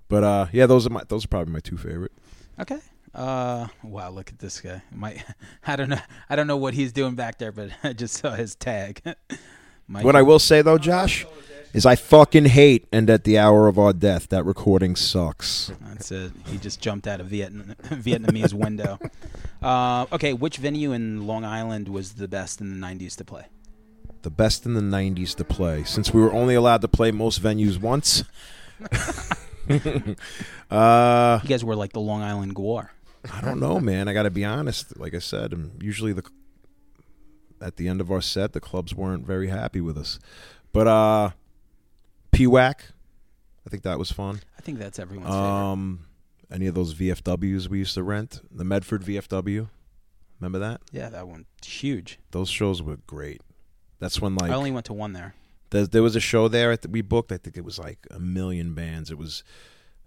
But uh, yeah, those are my those are probably my two favorite. Okay. Uh, wow, look at this guy. My, <laughs> I don't know, I don't know what he's doing back there, but <laughs> I just saw his tag. <laughs> Mike, What I will say though, Josh, is I fucking hate and at the hour of our death that recording sucks. that's it. He just jumped out of Vietnam, <laughs> Vietnamese <laughs> window. Uh, okay, which venue in Long Island was the best in the '90s to play? The best in the '90s to play, since we were only allowed to play most venues once. <laughs> uh, You guys were like the Long Island Guar. I don't know, man. I got to be honest. Like I said, um, usually the at the end of our set, the clubs weren't very happy with us. But uh, PWAC, I think that was fun. I think that's everyone's favorite. Um, any of those VFWs we used to rent, the Medford VFW. Remember that? Yeah, that one huge. Those shows were great. That's when like I only went to one there. there, there was a show there that we booked. I think it was like a million bands. It was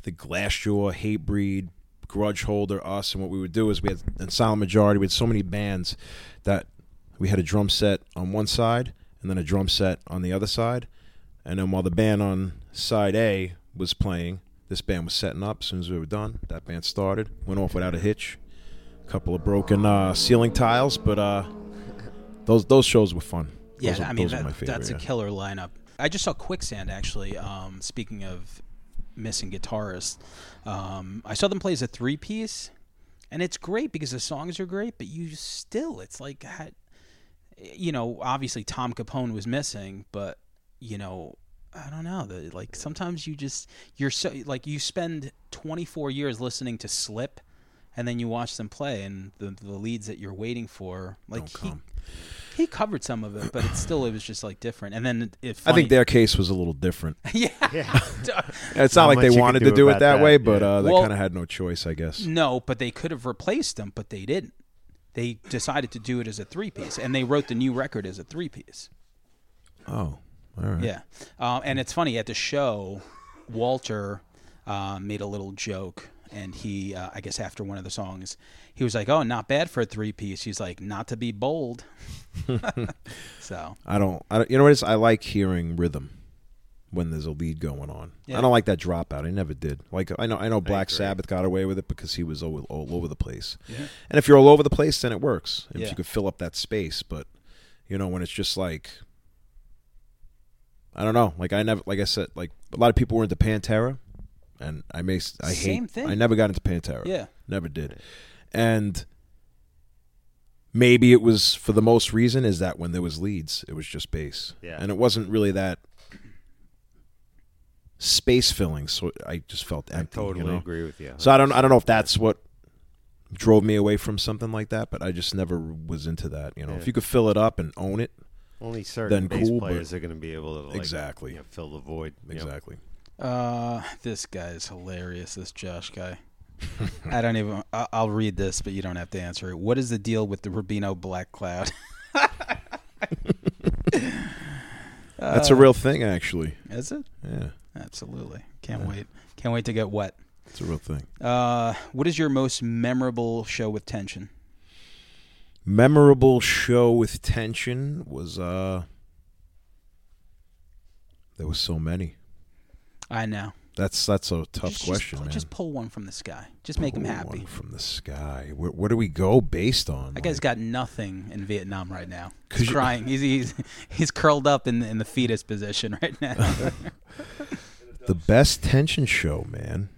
the Glassjaw, Hatebreed, Grudge Holder, us, and what we would do is we had and Silent Majority. We had so many bands that we had a drum set on one side and then a drum set on the other side, and then while the band on side A was playing, this band was setting up. As soon as we were done, that band started. Went off without a hitch. A couple of broken uh, ceiling tiles, but uh, those those shows were fun. Yeah, Those are- I mean those are that, my favorite, that's a yeah. killer lineup. I just saw Quicksand actually. Um, speaking of missing guitarists, um, I saw them play as a three piece, and it's great because the songs are great. But you still, it's like, ha- you know, obviously Tom Capone was missing, but you know, I don't know. The, like sometimes you just you're so like you spend 24 years listening to Slip. And then you watch them play, and the, the leads that you're waiting for, like Don't he, come. he covered some of it, but it still it was just like different. And then it. I think funny- their case was a little different. <laughs> yeah. Yeah. It's not Not like much they you can wanted do to do it about that, that, way, but yeah. uh, they Well- Mm. kind of had no choice, I guess. No, but they could have replaced them, but they didn't. They decided to do it as a three piece, and they wrote the new record as a three piece. Oh, all right. Yeah, uh, and it's funny at the show, Walter uh, made a little joke, and he, uh, I guess, after one of the songs, he was like, "Oh, not bad for a three piece." He's like, "Not to be <laughs> bold." so I don't. I don't. You know what it is? I like hearing rhythm when there's a lead going on. Yeah. I don't like that dropout. I never did. Like I know. I know Black agree. Sabbath got away with it because he was all, all over the place. And if you're all over the place, then it works. If Yeah. you could fill up that space, but you know when it's just like. I don't know. Like I never, like I said, like a lot of people were into Pantera, and I may, s- I Same hate. thing. I never got into Pantera. yeah, Never did. And maybe it was for the most reason is that when there was leads, it was just bass. Yeah. And it wasn't really that space filling, so I just felt empty. you totally know? agree with you. So I don't I don't know if that's what drove me away from something like that, but I just never was into that. You know, Yeah. if you could fill it up and own it, Only certain then bass cool, but- players are going to be able to like, Exactly. you know, fill the void. you know. exactly. Uh, this guy is hilarious. This Josh guy. I don't even. I- I'll read this, but you don't have to answer it. What is the deal with the Rubino Black Cloud? <laughs> That's a real thing, actually. Is it? Yeah, Absolutely. Can't wait. Can't wait to get wet. it's a real thing. Uh, what is your most memorable show with tension? Memorable show with tension was uh, there was so many. I know. That's that's a tough just, question, just, man. Just pull one from the sky. Just make him Ooh, happy. One from the sky. Where, where do we go based on? That guy's like- got nothing in Vietnam right now. He's <laughs> 'Cause you- crying. He's, he's <laughs> he's curled up in the, in the fetus position <laughs> right now. the best tension show, man.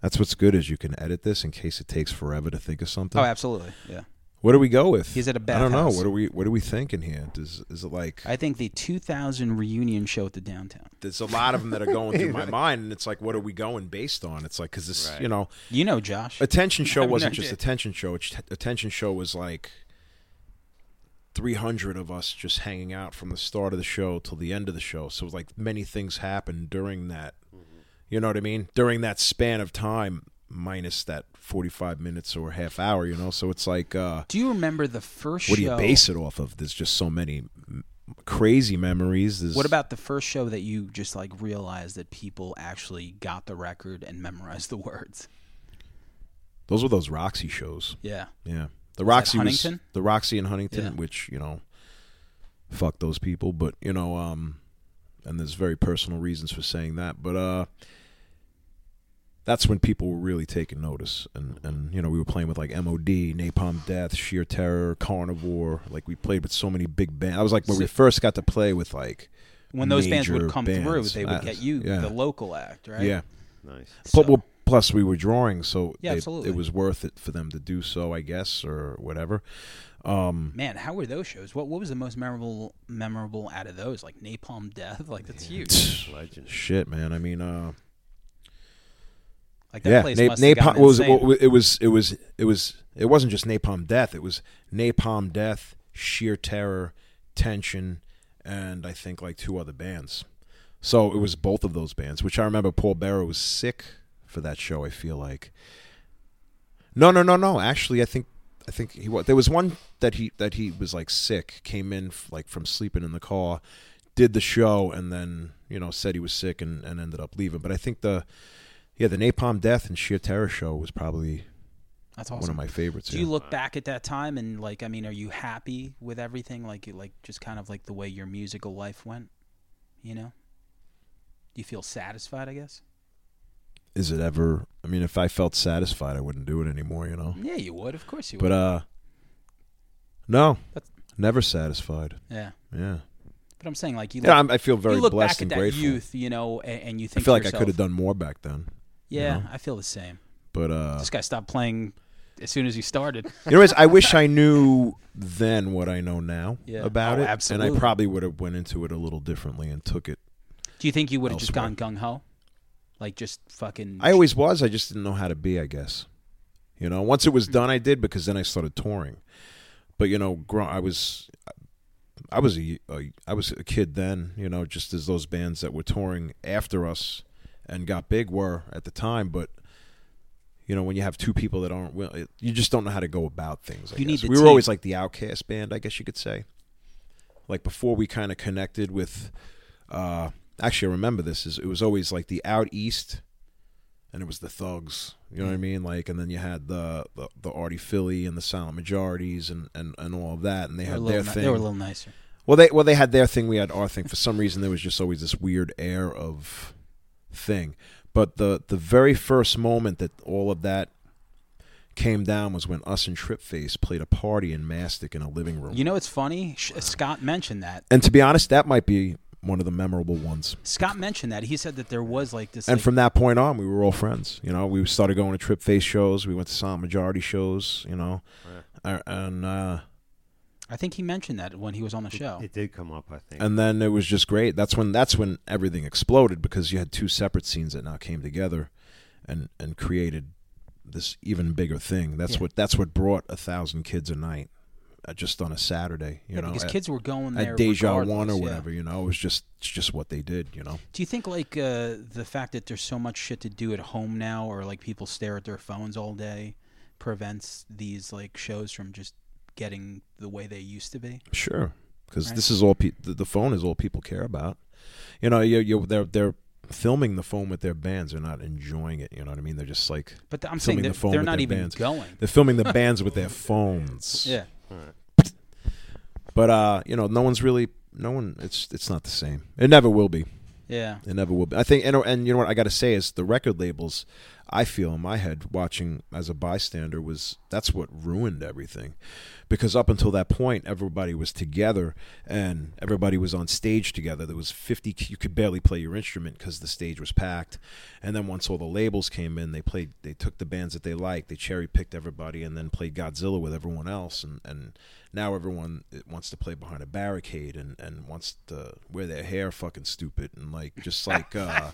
That's what's good is you can edit this in case it takes forever to think of something. <laughs> oh, absolutely. Yeah. What do we go with? He's at a I don't know. bathhouse. What are we What are we thinking here? Does is it like? I think the 2000 reunion show at the downtown. there's a lot of them that are going <laughs> through my mind, and it's like, what are we going based on? It's like because this, Right. you know, You know, Josh. attention show have no wasn't just idea. attention show. It's attention show was like. 300 of us just hanging out from the start of the show till the end of the show. So, like, many things happened during that. Mm-hmm. You know what I mean? During that span of time, minus that 45 minutes or half hour, you know? So, it's like, uh, Do you remember the first what do show? you base it off of? There's just so many m- crazy memories. There's, What about the first show that you just like realized that people actually got the record and memorized the words? those were those Roxy shows? Yeah. Yeah, the Roxy was- Huntington? the Roxy in Huntington, Yeah. which you know, fuck those people. But you know, um, and there's very personal reasons for saying that. But uh, that's when people were really taking notice, and and you know, we were playing with like MOD, Napalm Death, Sheer Terror, Carnivore. Like we played with so many big bands. I was like when we first got to play with like. When those bands would major come through, bands. they would get you Yeah. the local act, right? Yeah. Nice. So- But well, plus we were drawing, so Yeah, they- absolutely. it was worth it for them to do so, I guess, or whatever. Um, Man, how were those shows? What what was the most memorable memorable out of those? Like Napalm Death, like that's huge. Legend. shit, man. I mean, uh, Like that yeah, place Na- must have napalm. gotten What was it, insane. what, was- it was it was it was it wasn't just napalm death. It was napalm death, sheer terror, tension, and I think like two other bands. So it was both of those bands, which I remember Paul Barrow was sick for that show. I feel like. No, no, no, no. Actually, I think I think he was. There was one that he that he was like sick, came in f- like from sleeping in the car, did the show, and then you know said he was sick and, and ended up leaving. But I think the yeah the Napalm Death and Sheer Terror show was probably that's awesome. one of my favorites. Do yeah. you look back at that time and like I mean, are you happy with everything? Like like just kind of like the way your musical life went, you know? You feel satisfied, I guess. Is it ever? I mean, if I felt satisfied, I wouldn't do it anymore. You know, Yeah, you would. Of course you would. but uh, no, That's- never satisfied. yeah, Yeah, but I'm saying like you. yeah. Look, I'm, I feel very you look blessed back at and that grateful. youth, you know, and, and you I think to feel like I yourself, could have done more back then, Yeah, know? I feel the same. <laughs> but uh, this guy stopped playing as soon as you started. You know, it's- I wish <laughs> I knew then what I know now Yeah. about Oh, it, and absolutely. I probably would have went into it a little differently and took it. Do you think you would have just Elsewhere. gone gung ho, like just fucking? I always was. I just didn't know how to be. I guess, you know. Once it was done, I did because then I started touring. But you know, grow, I was, I was a, a, I was a kid then. You know, just as those bands that were touring after us and got big were at the time. But you know, when you have two people that aren't, will- it- you just don't know how to go about things. I You need guess. the we were team. always like the outcast band, I guess you could say. Like before, we kind of connected with. uh Actually, I remember this. Is it was always like the out east and it was the thugs you know Mm. what i mean like and then you had the the, the artie philly and the silent majorities and, and and all of that and they They were, a had little their ni- thing they were a little nicer. well they well they had their thing we had our thing for some reason there was just always this weird air of thing but the the very first moment that all of that came down was when us and tripface played a party in mastic in a living room You know, it's funny. Sh- uh, Scott mentioned that. and to be honest that might be one of the memorable ones. Scott mentioned that. He said that there was like this. And like- from that point on, we were all friends. You know, we started going to Trip Face shows. We went to Silent Majority shows. You know, Uh, and uh, I think he mentioned that when he was on the show. It did come up, I think. and then it was just great. That's when that's when everything exploded because you had two separate scenes that now came together, and and created this even bigger thing. That's Yeah. what that's what brought a thousand kids a night, uh, just on a Saturday. You yeah, know, because at, kids were going there. at Deja One regardless, or yeah. whatever. You know, it was just it's just what they did. You know, Do you think like uh, the fact that there's so much shit to do at home now, or like people stare at their phones all day, prevents these like shows from just getting the way they used to be? Sure, because Right. this is all pe- the, the phone is all people care about. You know, you you they're they're filming the phone with their bands. They're not enjoying it. You know what I mean? They're just like But th- I'm Filming saying the that phone they're with not their even bands. going. they're filming <laughs> the bands with their phones. Yeah, But uh, you know, no one's really no one. It's it's not the same. It never will be. yeah. It never will be. I think, and, and you know what I got to say is the record labels. I feel in my head watching as a bystander was that's what ruined everything, because up until that point everybody was together and everybody was on stage together. There was fifty. You could barely play your instrument because the stage was packed. And then once all the labels came in, they played. They took the bands that they liked. They cherry picked everybody and then played Godzilla with everyone else. And and now everyone wants to play behind a barricade and and wants to wear their hair fucking stupid and like just like uh,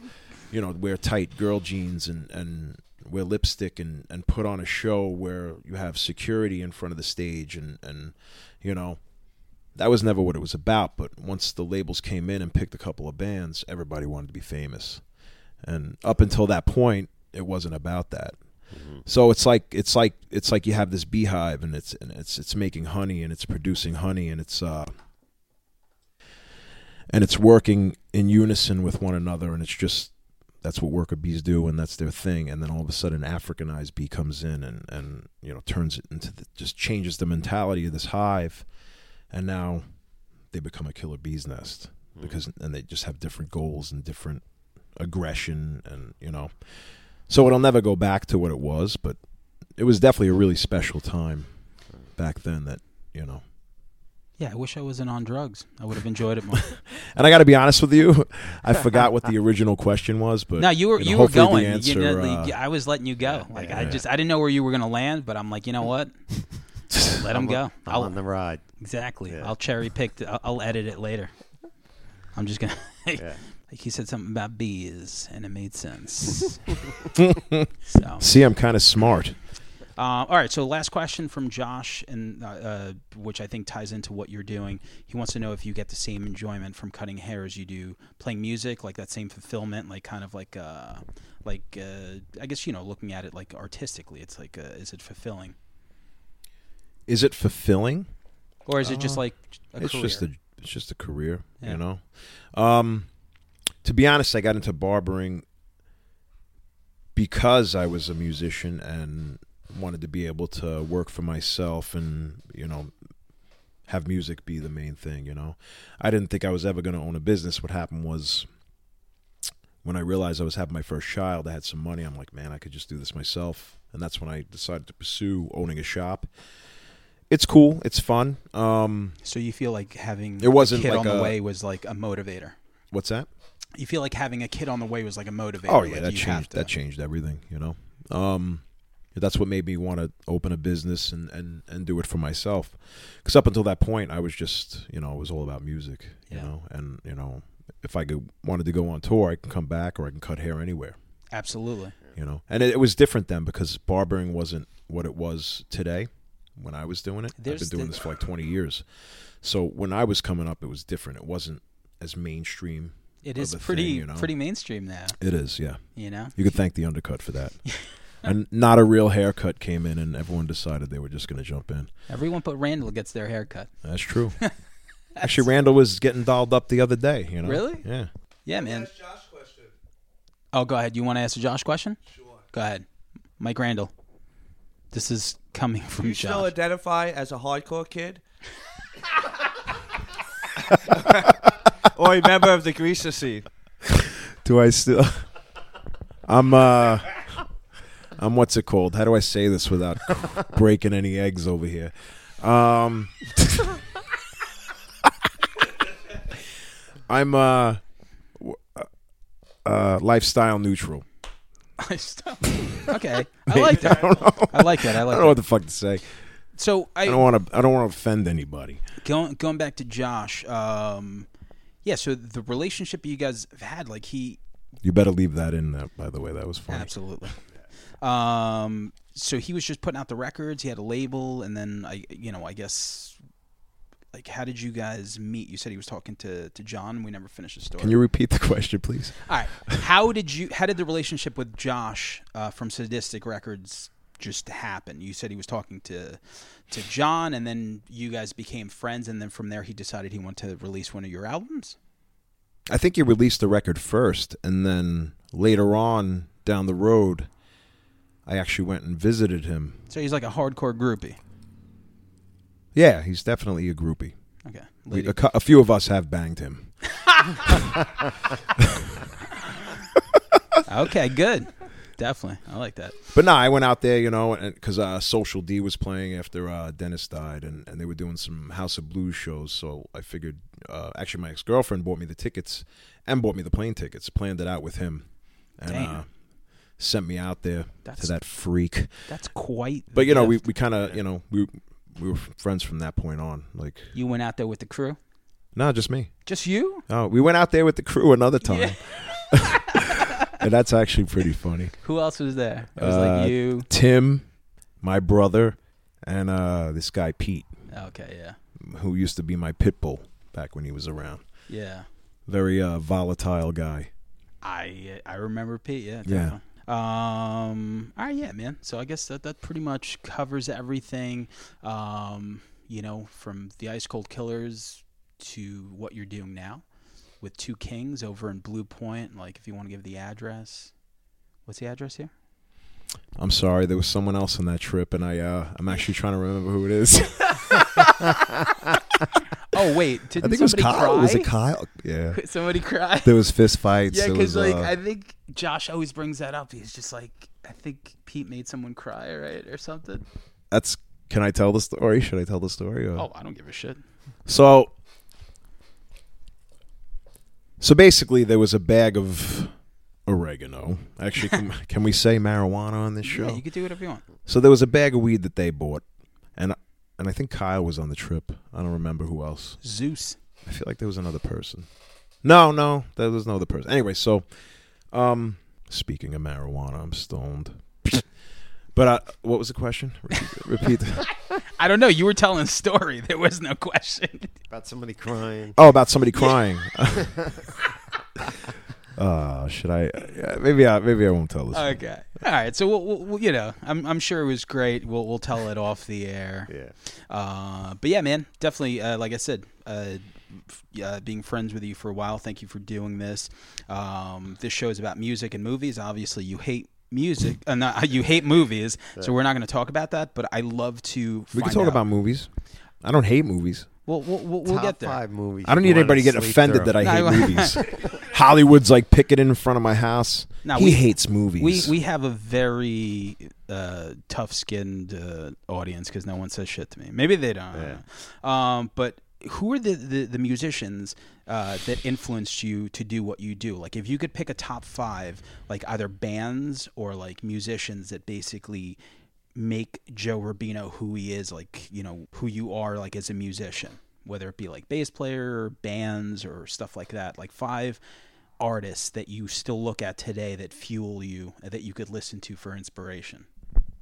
you know wear tight girl jeans and and wear lipstick and and put on a show where you have security in front of the stage and and you know that was never what it was about. But once the labels came in and picked a couple of bands, everybody wanted to be famous. And up until that point, it wasn't about that. So it's like it's like it's like you have this beehive and it's and it's it's making honey and it's producing honey and it's uh and it's working in unison with one another and it's just that's what worker bees do and that's their thing and then all of a sudden africanized bee comes in and and you know turns it into the, just changes the mentality of this hive and now they become a killer bee's nest because and they just have different goals and different aggression and you know so it'll never go back to what it was but it was definitely a really special time back then that you know Yeah, I wish I wasn't on drugs. I would have enjoyed it more. and i got to be honest with you <laughs> i forgot what the original question was but no, you were know, you, were hopefully going. the answer, you know, uh, I was letting you go. Like I yeah. just I didn't know where you were gonna land, but I'm like, <laughs> you know what? Let him I'm go. on- I'm I'll on the ride. exactly. Yeah. I'll cherry pick. The, I'll, I'll edit it later. I'm just gonna. <laughs> Yeah. Like he said something about bees, and it made <laughs> sense. so, see i'm kind of smart uh, all right. So, last question from Josh, and uh, uh, which I think ties into what you're doing. He wants to know if you get the same enjoyment from cutting hair as you do playing music, like that same fulfillment, like kind of like, uh, like uh, I guess you know, looking at it like artistically, it's like, uh, is it fulfilling, is it fulfilling or is it just Uh, like a it's career? just a it's just a career Yeah. you know um to be honest i got into barbering because i was a musician and wanted to be able to work for myself and you know have music be the main thing you know i didn't think i was ever going to own a business what happened was when i realized i was having my first child i had some money i'm like man i could just do this myself and that's when i decided to pursue owning a shop it's cool it's fun um so you feel like having It wasn't a kid like on the a- way was like a motivator. what's that You feel like having a kid on the way was like a motivator. Oh yeah, like that you have changed. to- That changed everything. You know, um, that's what made me want to open a business and and and do it for myself. Because up until that point, I was just you know it was all about music. Yeah. You know, and you know if I could wanted to go on tour, I can come back or I can cut hair anywhere. Absolutely. You know, and it, it was different then because barbering wasn't what it was today when I was doing it. There's I've been doing the- this for like twenty years. So when I was coming up, it was different. It wasn't as mainstream. It of is a thing, pretty you know? pretty mainstream now, It is, yeah. you know. You could thank the undercut for that. and not a real haircut came in, and everyone decided they were just going to jump in. Everyone but Randall gets their haircut. That's true. Actually, Randall was getting dolled up the other day. You know, Really? Yeah. Yeah, man. Ask Josh question. Oh, go ahead. You want to ask a Josh question? Sure. Go ahead, Mike Randall. This is coming Do from you still Josh. identify as a hardcore <laughs> kid? or a member of the Greaser scene? Do I still? <laughs> I'm uh, I'm what's it called? How do I say this without breaking any eggs over here? Um, <laughs> I'm uh, w- uh, lifestyle neutral. I stopped. <laughs> Okay, I like that. I don't know. I like that. I I like don't know that. what the fuck to say. So I don't want to. I don't want to offend anybody. going going back to Josh. Um, yeah. So the relationship you guys have had, like he You better leave that in. That by the way, that was funny. absolutely. Um, so he was just putting out the records. He had a label, and then I, you know, I guess, like, how did you guys meet? You said he was talking to to John. and We never finished the story. Can you repeat the question, please? All right. How did you? How did the relationship with Josh uh, from Sadistic Records just happen? You said he was talking to to John, and then you guys became friends, and then from there he decided he wanted to release one of your albums. I think you released the record first, and then later on down the road, I actually went and visited him. So he's like a hardcore groupie. Yeah, he's definitely a groupie. Okay. We, Lady. a, cou- a few of us have banged him. Okay. Good. Definitely. I like that. But no, I went out there, you know, because uh, Social D was playing after uh, Dennis died, and, and they were doing some House of Blues shows. So I figured, uh, actually, my ex girlfriend bought me the tickets and bought me the plane tickets, planned it out with him, and Damn. uh, sent me out there That's- to that freak. That's quite. But you know, the we, gift. we kind of, you know, we we were friends from that point on. Like, you went out there with the crew. no, just me. Just you? Oh, we went out there with the crew another time. Yeah. <laughs> and that's actually pretty funny. Who else was there? It was like Uh, you. Tim, my brother, and uh, this guy Pete, Okay. Yeah. who used to be my pit bull back when he was around. Yeah. Very uh, volatile guy. I I remember Pete. Yeah. Yeah. Definitely. Um. All right. Yeah, man. So I guess that that pretty much covers everything. Um. You know, from the Ice Cold Killers to what you're doing now with Two Kings over in Blue Point. Like, if you want to give the address, what's the address here? I'm sorry, there was someone else on that trip, and I uh, I'm actually trying to remember who <laughs> it is. Oh wait, didn't <laughs> I think it was somebody Kyle. cry? Was it Kyle? Yeah. somebody <laughs> cry? There was fist fights. Yeah, there because was, like uh, I think Josh always brings that up. He's just like, I think Pete made someone cry, right, or something. that's. Can I tell the story? Should I tell the story? Or? Oh, I don't give a shit. So So basically there was a bag of oregano. <laughs> Actually can, can we say marijuana on this show? Yeah, you could do whatever you want. so there was a bag of weed that they bought and and I think Kyle was on the trip. I don't remember who else. Zeus. I feel like there was another person. No, no, there was no other person. Anyway, so um speaking of marijuana, I'm stoned. But uh, what was the question? Repeat. repeat the- I don't know. You were telling a story. There was no question. About somebody crying. Oh, about somebody crying. <laughs> uh, should I? yeah, Maybe I maybe I won't tell this. one. Okay. All right. So we'll, we'll, we'll- you know, I'm, I'm sure it was great. We'll we'll tell it off the air. Yeah. Uh, but yeah, man, definitely. Uh, like I said, uh, f- uh, being friends with you for a while. Thank you for doing this. Um, this show is about music and movies. Obviously, you hate music. Uh, not, <laughs> you hate movies. So we're not going to talk about that. But I love to. we can find talk out- about movies. I don't hate movies. We'll we'll, we'll, we'll Top get there. five movies. I don't you need wanna anybody getting sleep offended through. that I hate No, I- <laughs> movies. Hollywood's like picking in front of my house. No, he we- hates movies. We we have a very uh, tough-skinned uh, audience because no one says shit to me. Maybe they don't. I don't know. Um, but who are the the, the musicians uh, that influenced you to do what you do? Like, if you could pick a top five, like either bands or like musicians that basically make Joe Rubino who he is, like you know who you are, like as a musician, whether it be like bass player, bands, or stuff like that. Like five artists that you still look at today that fuel you that you could listen to for inspiration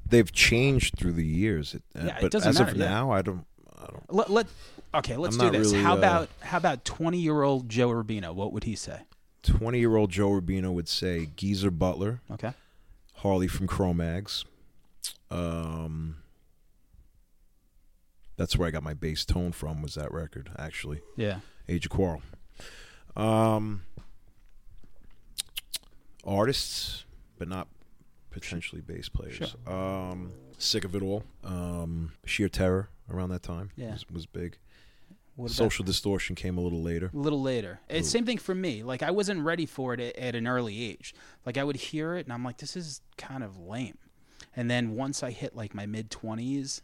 They've changed through the years. It, uh, Yeah, it but doesn't as matter, of yeah. now, I don't. I don't. let, let okay let's I'm do not this really, how uh, about how about 20 year old joe urbino what would he say Twenty-year-old Joe Rubino would say Geezer Butler, okay Harley from Cro-Mags. Um, that's where I got my bass tone from. Was that record actually? yeah Age of Quarrel. Um, artists, but not potentially bass players. Um, Sick of It All. Um, Sheer Terror around that time Yeah. was, was big. what about Social Distortion came a little later. a little later it's same thing for me like i wasn't ready for it at, at an early age like i would hear it and i'm like this is kind of lame and then once i hit like my mid 20s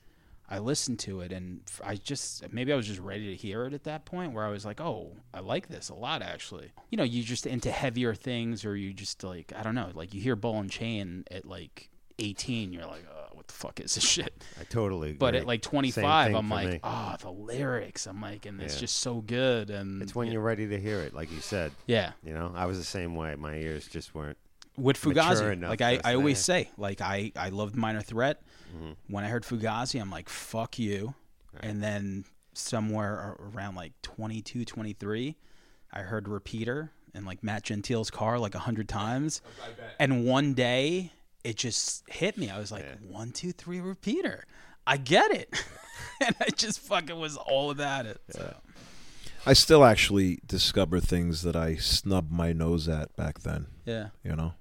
I listened to it and f- I just maybe I was just ready to hear it at that point where I was like, "Oh, I like this a lot actually." You know, you just into heavier things or you just like I don't know, like you hear Ball and Chain at like 18, you're like, uh, "What the fuck is this <laughs> shit?" I totally. Agree. But at like 25, thing I'm for like, me. "Oh, the lyrics." I'm like, and it's Yeah. just so good and it's when yeah, you're ready to hear it, like you said. Yeah. You know, I was the same way. My ears just weren't. with mature Fugazi. enough Like I, for us I to always say, like I, I loved Minor Threat. When I heard Fugazi, I'm like, fuck you. And then somewhere ar- around like 22, 23, I heard Repeater and like Matt Gentile's car like a hundred times. I bet. And one day it just hit me. I was like, one, two, three, Repeater. I get it. <laughs> and I just fucking was all about it. So. I still actually discover things that I snubbed my nose at back then. Yeah. You know,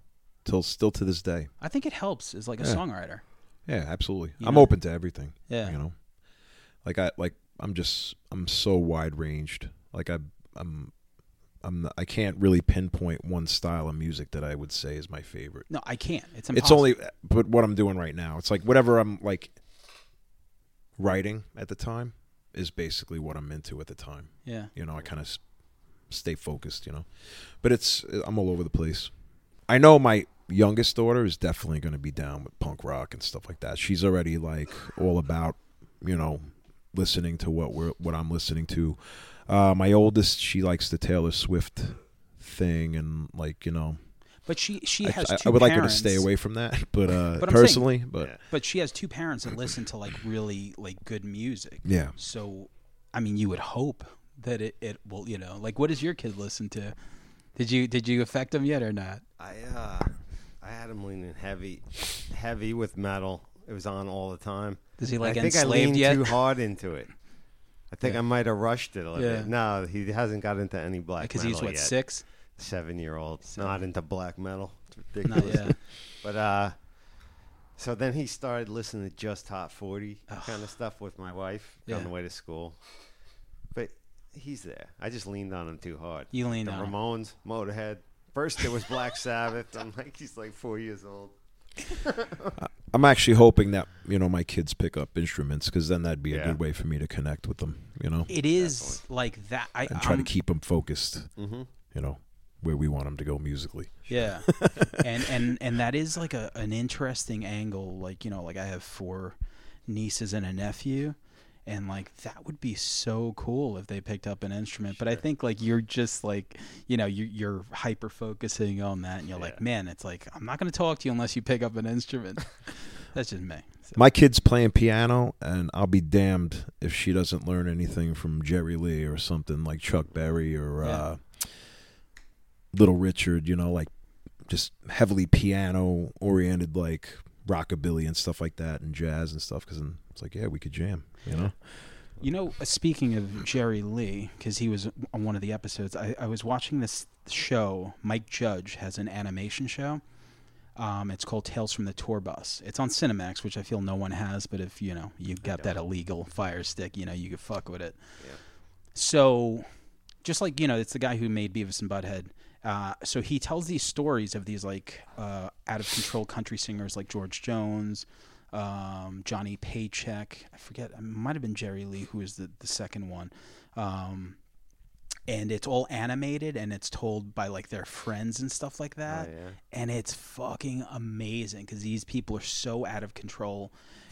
till still to this day. I think it helps as like a Yeah. songwriter. Yeah, absolutely. You I'm know? open to everything. Yeah. You know, like I like I'm just I'm so wide ranged. Like I I'm I'm not- I can't really pinpoint one style of music that I would say is my favorite. No, I can't. It's impossible. It's only but what I'm doing right now. It's like whatever I'm like writing at the time is basically what I'm into at the time. yeah. You know, I kind of s- stay focused. You know, but it's I'm all over the place. I know my youngest daughter is definitely going to be down with punk rock and stuff like that. She's already like all about, you know, listening to what we're what I'm listening to. Uh, my oldest, she likes the Taylor Swift thing and like you know, But she she I, has I- two I would like her to parents. stay away from that, <laughs> but uh, But I'm saying- personally, but Yeah. But she has two parents that listen to like really like good music. Yeah. So, I mean, you would hope that it, it will, you know, like what does your kid listen to? Did you did you affect him yet or not? I uh, I had him leaning heavy, heavy with metal. It was on all the time. Does he, like, I think I enslaved leaned yet? too hard into it. I think I might have rushed it a little Yeah. bit. No, he hasn't got into any black Because Uh, metal he's what yet. six? Seven year old, not into black metal. It's Not ridiculous. yet. But uh, so then he started listening to just Hot 40 kind of stuff with my wife Yeah. on the way to school. But he's there. I just leaned on him too hard. You leaned the on him. Ramones, Motorhead. First it was Black Sabbath. I'm like, he's like four years old. I'm actually hoping that you know my kids pick up instruments because then that'd be a Yeah. good way for me to connect with them. You know, It is like that. I and try I'm- to keep them focused. You know, where we want them to go musically. Yeah, <laughs> and and and that is like a an interesting angle. Like you know, like I have four nieces and a nephew, and like that would be so cool if they picked up an instrument. But I think like you're just like you know you you're hyper focusing on that, and you're like, man, it's like I'm not gonna talk to you unless you pick up an instrument. That's just me. So- My kid's playing piano, and I'll be damned if she doesn't learn anything from Jerry Lee or something like Chuck Berry or Yeah. uh, Little Richard. You know, like just heavily piano oriented, like rockabilly and stuff like that, and jazz and stuff. Because it's like, yeah, we could jam. <laughs> You know, You know, uh, speaking of Jerry Lee, because he was on one of the episodes, I, I was watching this show. Mike Judge has an animation show. Um, it's called Tales from the Tour Bus. It's on Cinemax, which I feel no one has, but if you know you've got that illegal Fire Stick, you know you could fuck with it. So, just like you know, it's the guy who made Beavis and Butthead. Uh, so he tells these stories of these like uh, out of control country singers like George Jones, um, Johnny Paycheck. I forget. It might have been Jerry Lee, who is the the second one. Um, and it's all animated and it's told by like their friends and stuff like that. Oh, yeah. And it's fucking amazing because these people are so out of control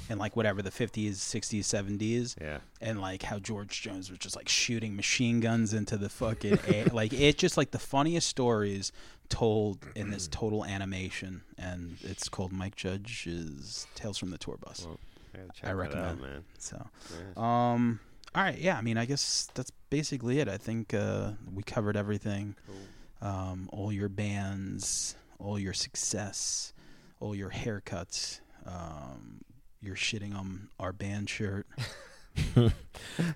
and like whatever the 50s, 60s, 70s Yeah. and like how George Jones was just like shooting machine guns into the fucking air. like it's just like the funniest stories told in this total animation, and it's called Mike Judge's Tales from the Tour Bus. I, gotta check I that recommend, out, man. So, um, all right, yeah. I mean, I guess that's basically it. I think uh, we covered everything. Um, all your bands, all your success, all your haircuts. Um, you're shitting on our band shirt.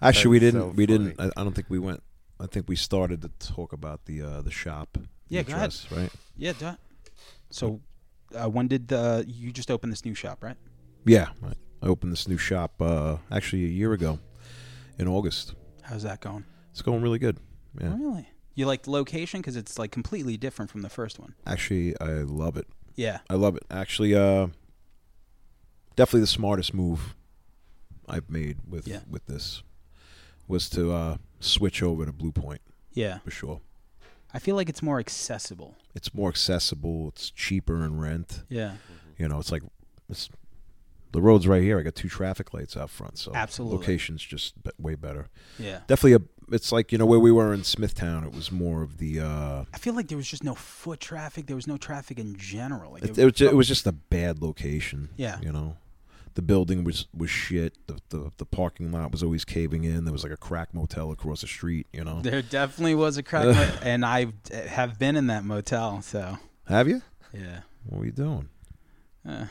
Actually, we That's didn't. so we didn't. I, I don't think we went. I think we started to talk about the uh, the shop. Yeah, the go ahead. dress, right? Yeah, duh. So, uh, when did the you just opened this new shop, right? Yeah, right. I opened this new shop uh, actually a year ago, in August. How's that going? It's going really good. Yeah, Really? You like the location because it's like completely different from the first one. actually, I love it. Yeah. I love it. Actually, uh, definitely the smartest move I've made with Yeah. with this was to uh, switch over to Blue Point Yeah. for sure. I feel like it's more accessible. It's more accessible. It's cheaper in rent. Yeah. You know, it's like it's the road's right here. I got two traffic lights out front, so Absolutely. location's just be- way better. Yeah. Definitely a. It's like you know where we were in Smithtown. It was more of the. Uh, I feel like there was just no foot traffic. There was no traffic in general. Like it, it was just, it was just a bad location. Yeah. you know, the building was was shit. The, the the parking lot was always caving in. There was like a crack motel across the street. You <laughs> know, there definitely was a crack, mo- and I uh, have been in that motel. So have you? yeah. What are you doing? Uh,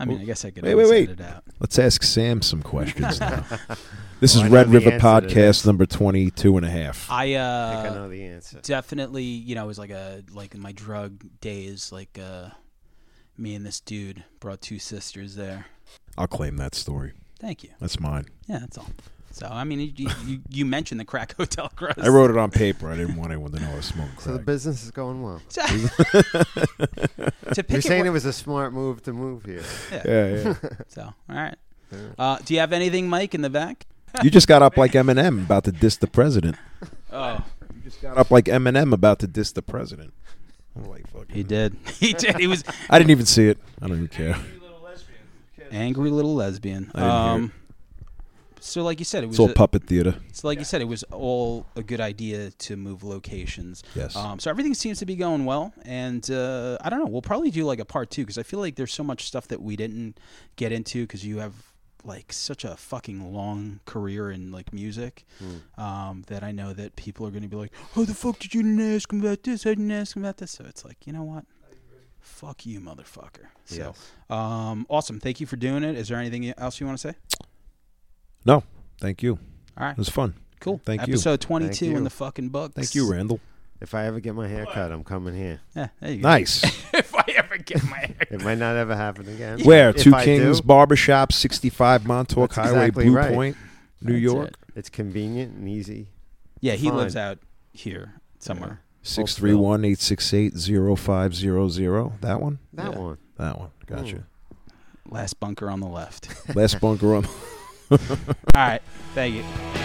I mean, I guess I could Wait, always wait, edit it out. Let's ask Sam some questions now. This Well, I know is Red the River answer to Podcast number 22 and a half. I I think I uh, know the answer. definitely, you know, it was like a like in my drug days, like uh, me and this dude brought two sisters there. I'll claim that story. Thank you. That's mine. Yeah, that's all. So I mean, you you, you mentioned the crack <laughs> hotel gross. I wrote it on paper. I didn't want anyone to know I was smoking So the crack. business is going well. to <laughs> pick You're it saying where- it was a smart move to <laughs> move here. Yeah, So, all right. Yeah. Uh, do you have anything, Mike, in the back? yeah. You just got up like Eminem about to diss the president. Oh, You just got up like Eminem about to diss the president. I'm like, fuck. he did. <laughs> he did. He was I didn't even see it. I don't even care. You little lesbian. Who cares? angry little lesbian. I didn't hear um, so, like you said, it Uh, was. It's all a- puppet theater. so, like you said, it was all a good idea to move locations. Yes. Um, so everything seems to be going well, and uh, I don't know. We'll probably do like a part two because I feel like there's so much stuff that we didn't get into because you have like such a fucking long career in like music Hmm. um, that I know that people are going to be like, "Oh, the fuck did you didn't ask him about this? I didn't ask him about this." So it's like, you know what? Fuck you, motherfucker. So, um, awesome. Thank you for doing it. Is there anything else you want to say? No, thank you. All right, It was fun. cool. Thank you. Episode 22 you. in the fucking books. Thank you, <laughs> Randall. If I ever get my hair cut, I'm coming here. Yeah, there you go. Nice. <laughs> if I ever get my hair It might not ever happen again. Where? If Two I Kings do, Barbershop, 65 Montauk That's Highway, exactly Blue right. Point, New That's York. it. it's convenient and easy. Yeah, he Fine. lives out here somewhere. Six three one eight six eight zero five zero zero. That one? That Yeah. one. That one. Gotcha. Last bunker on the left. <laughs> Last bunker on. All right. Thank you.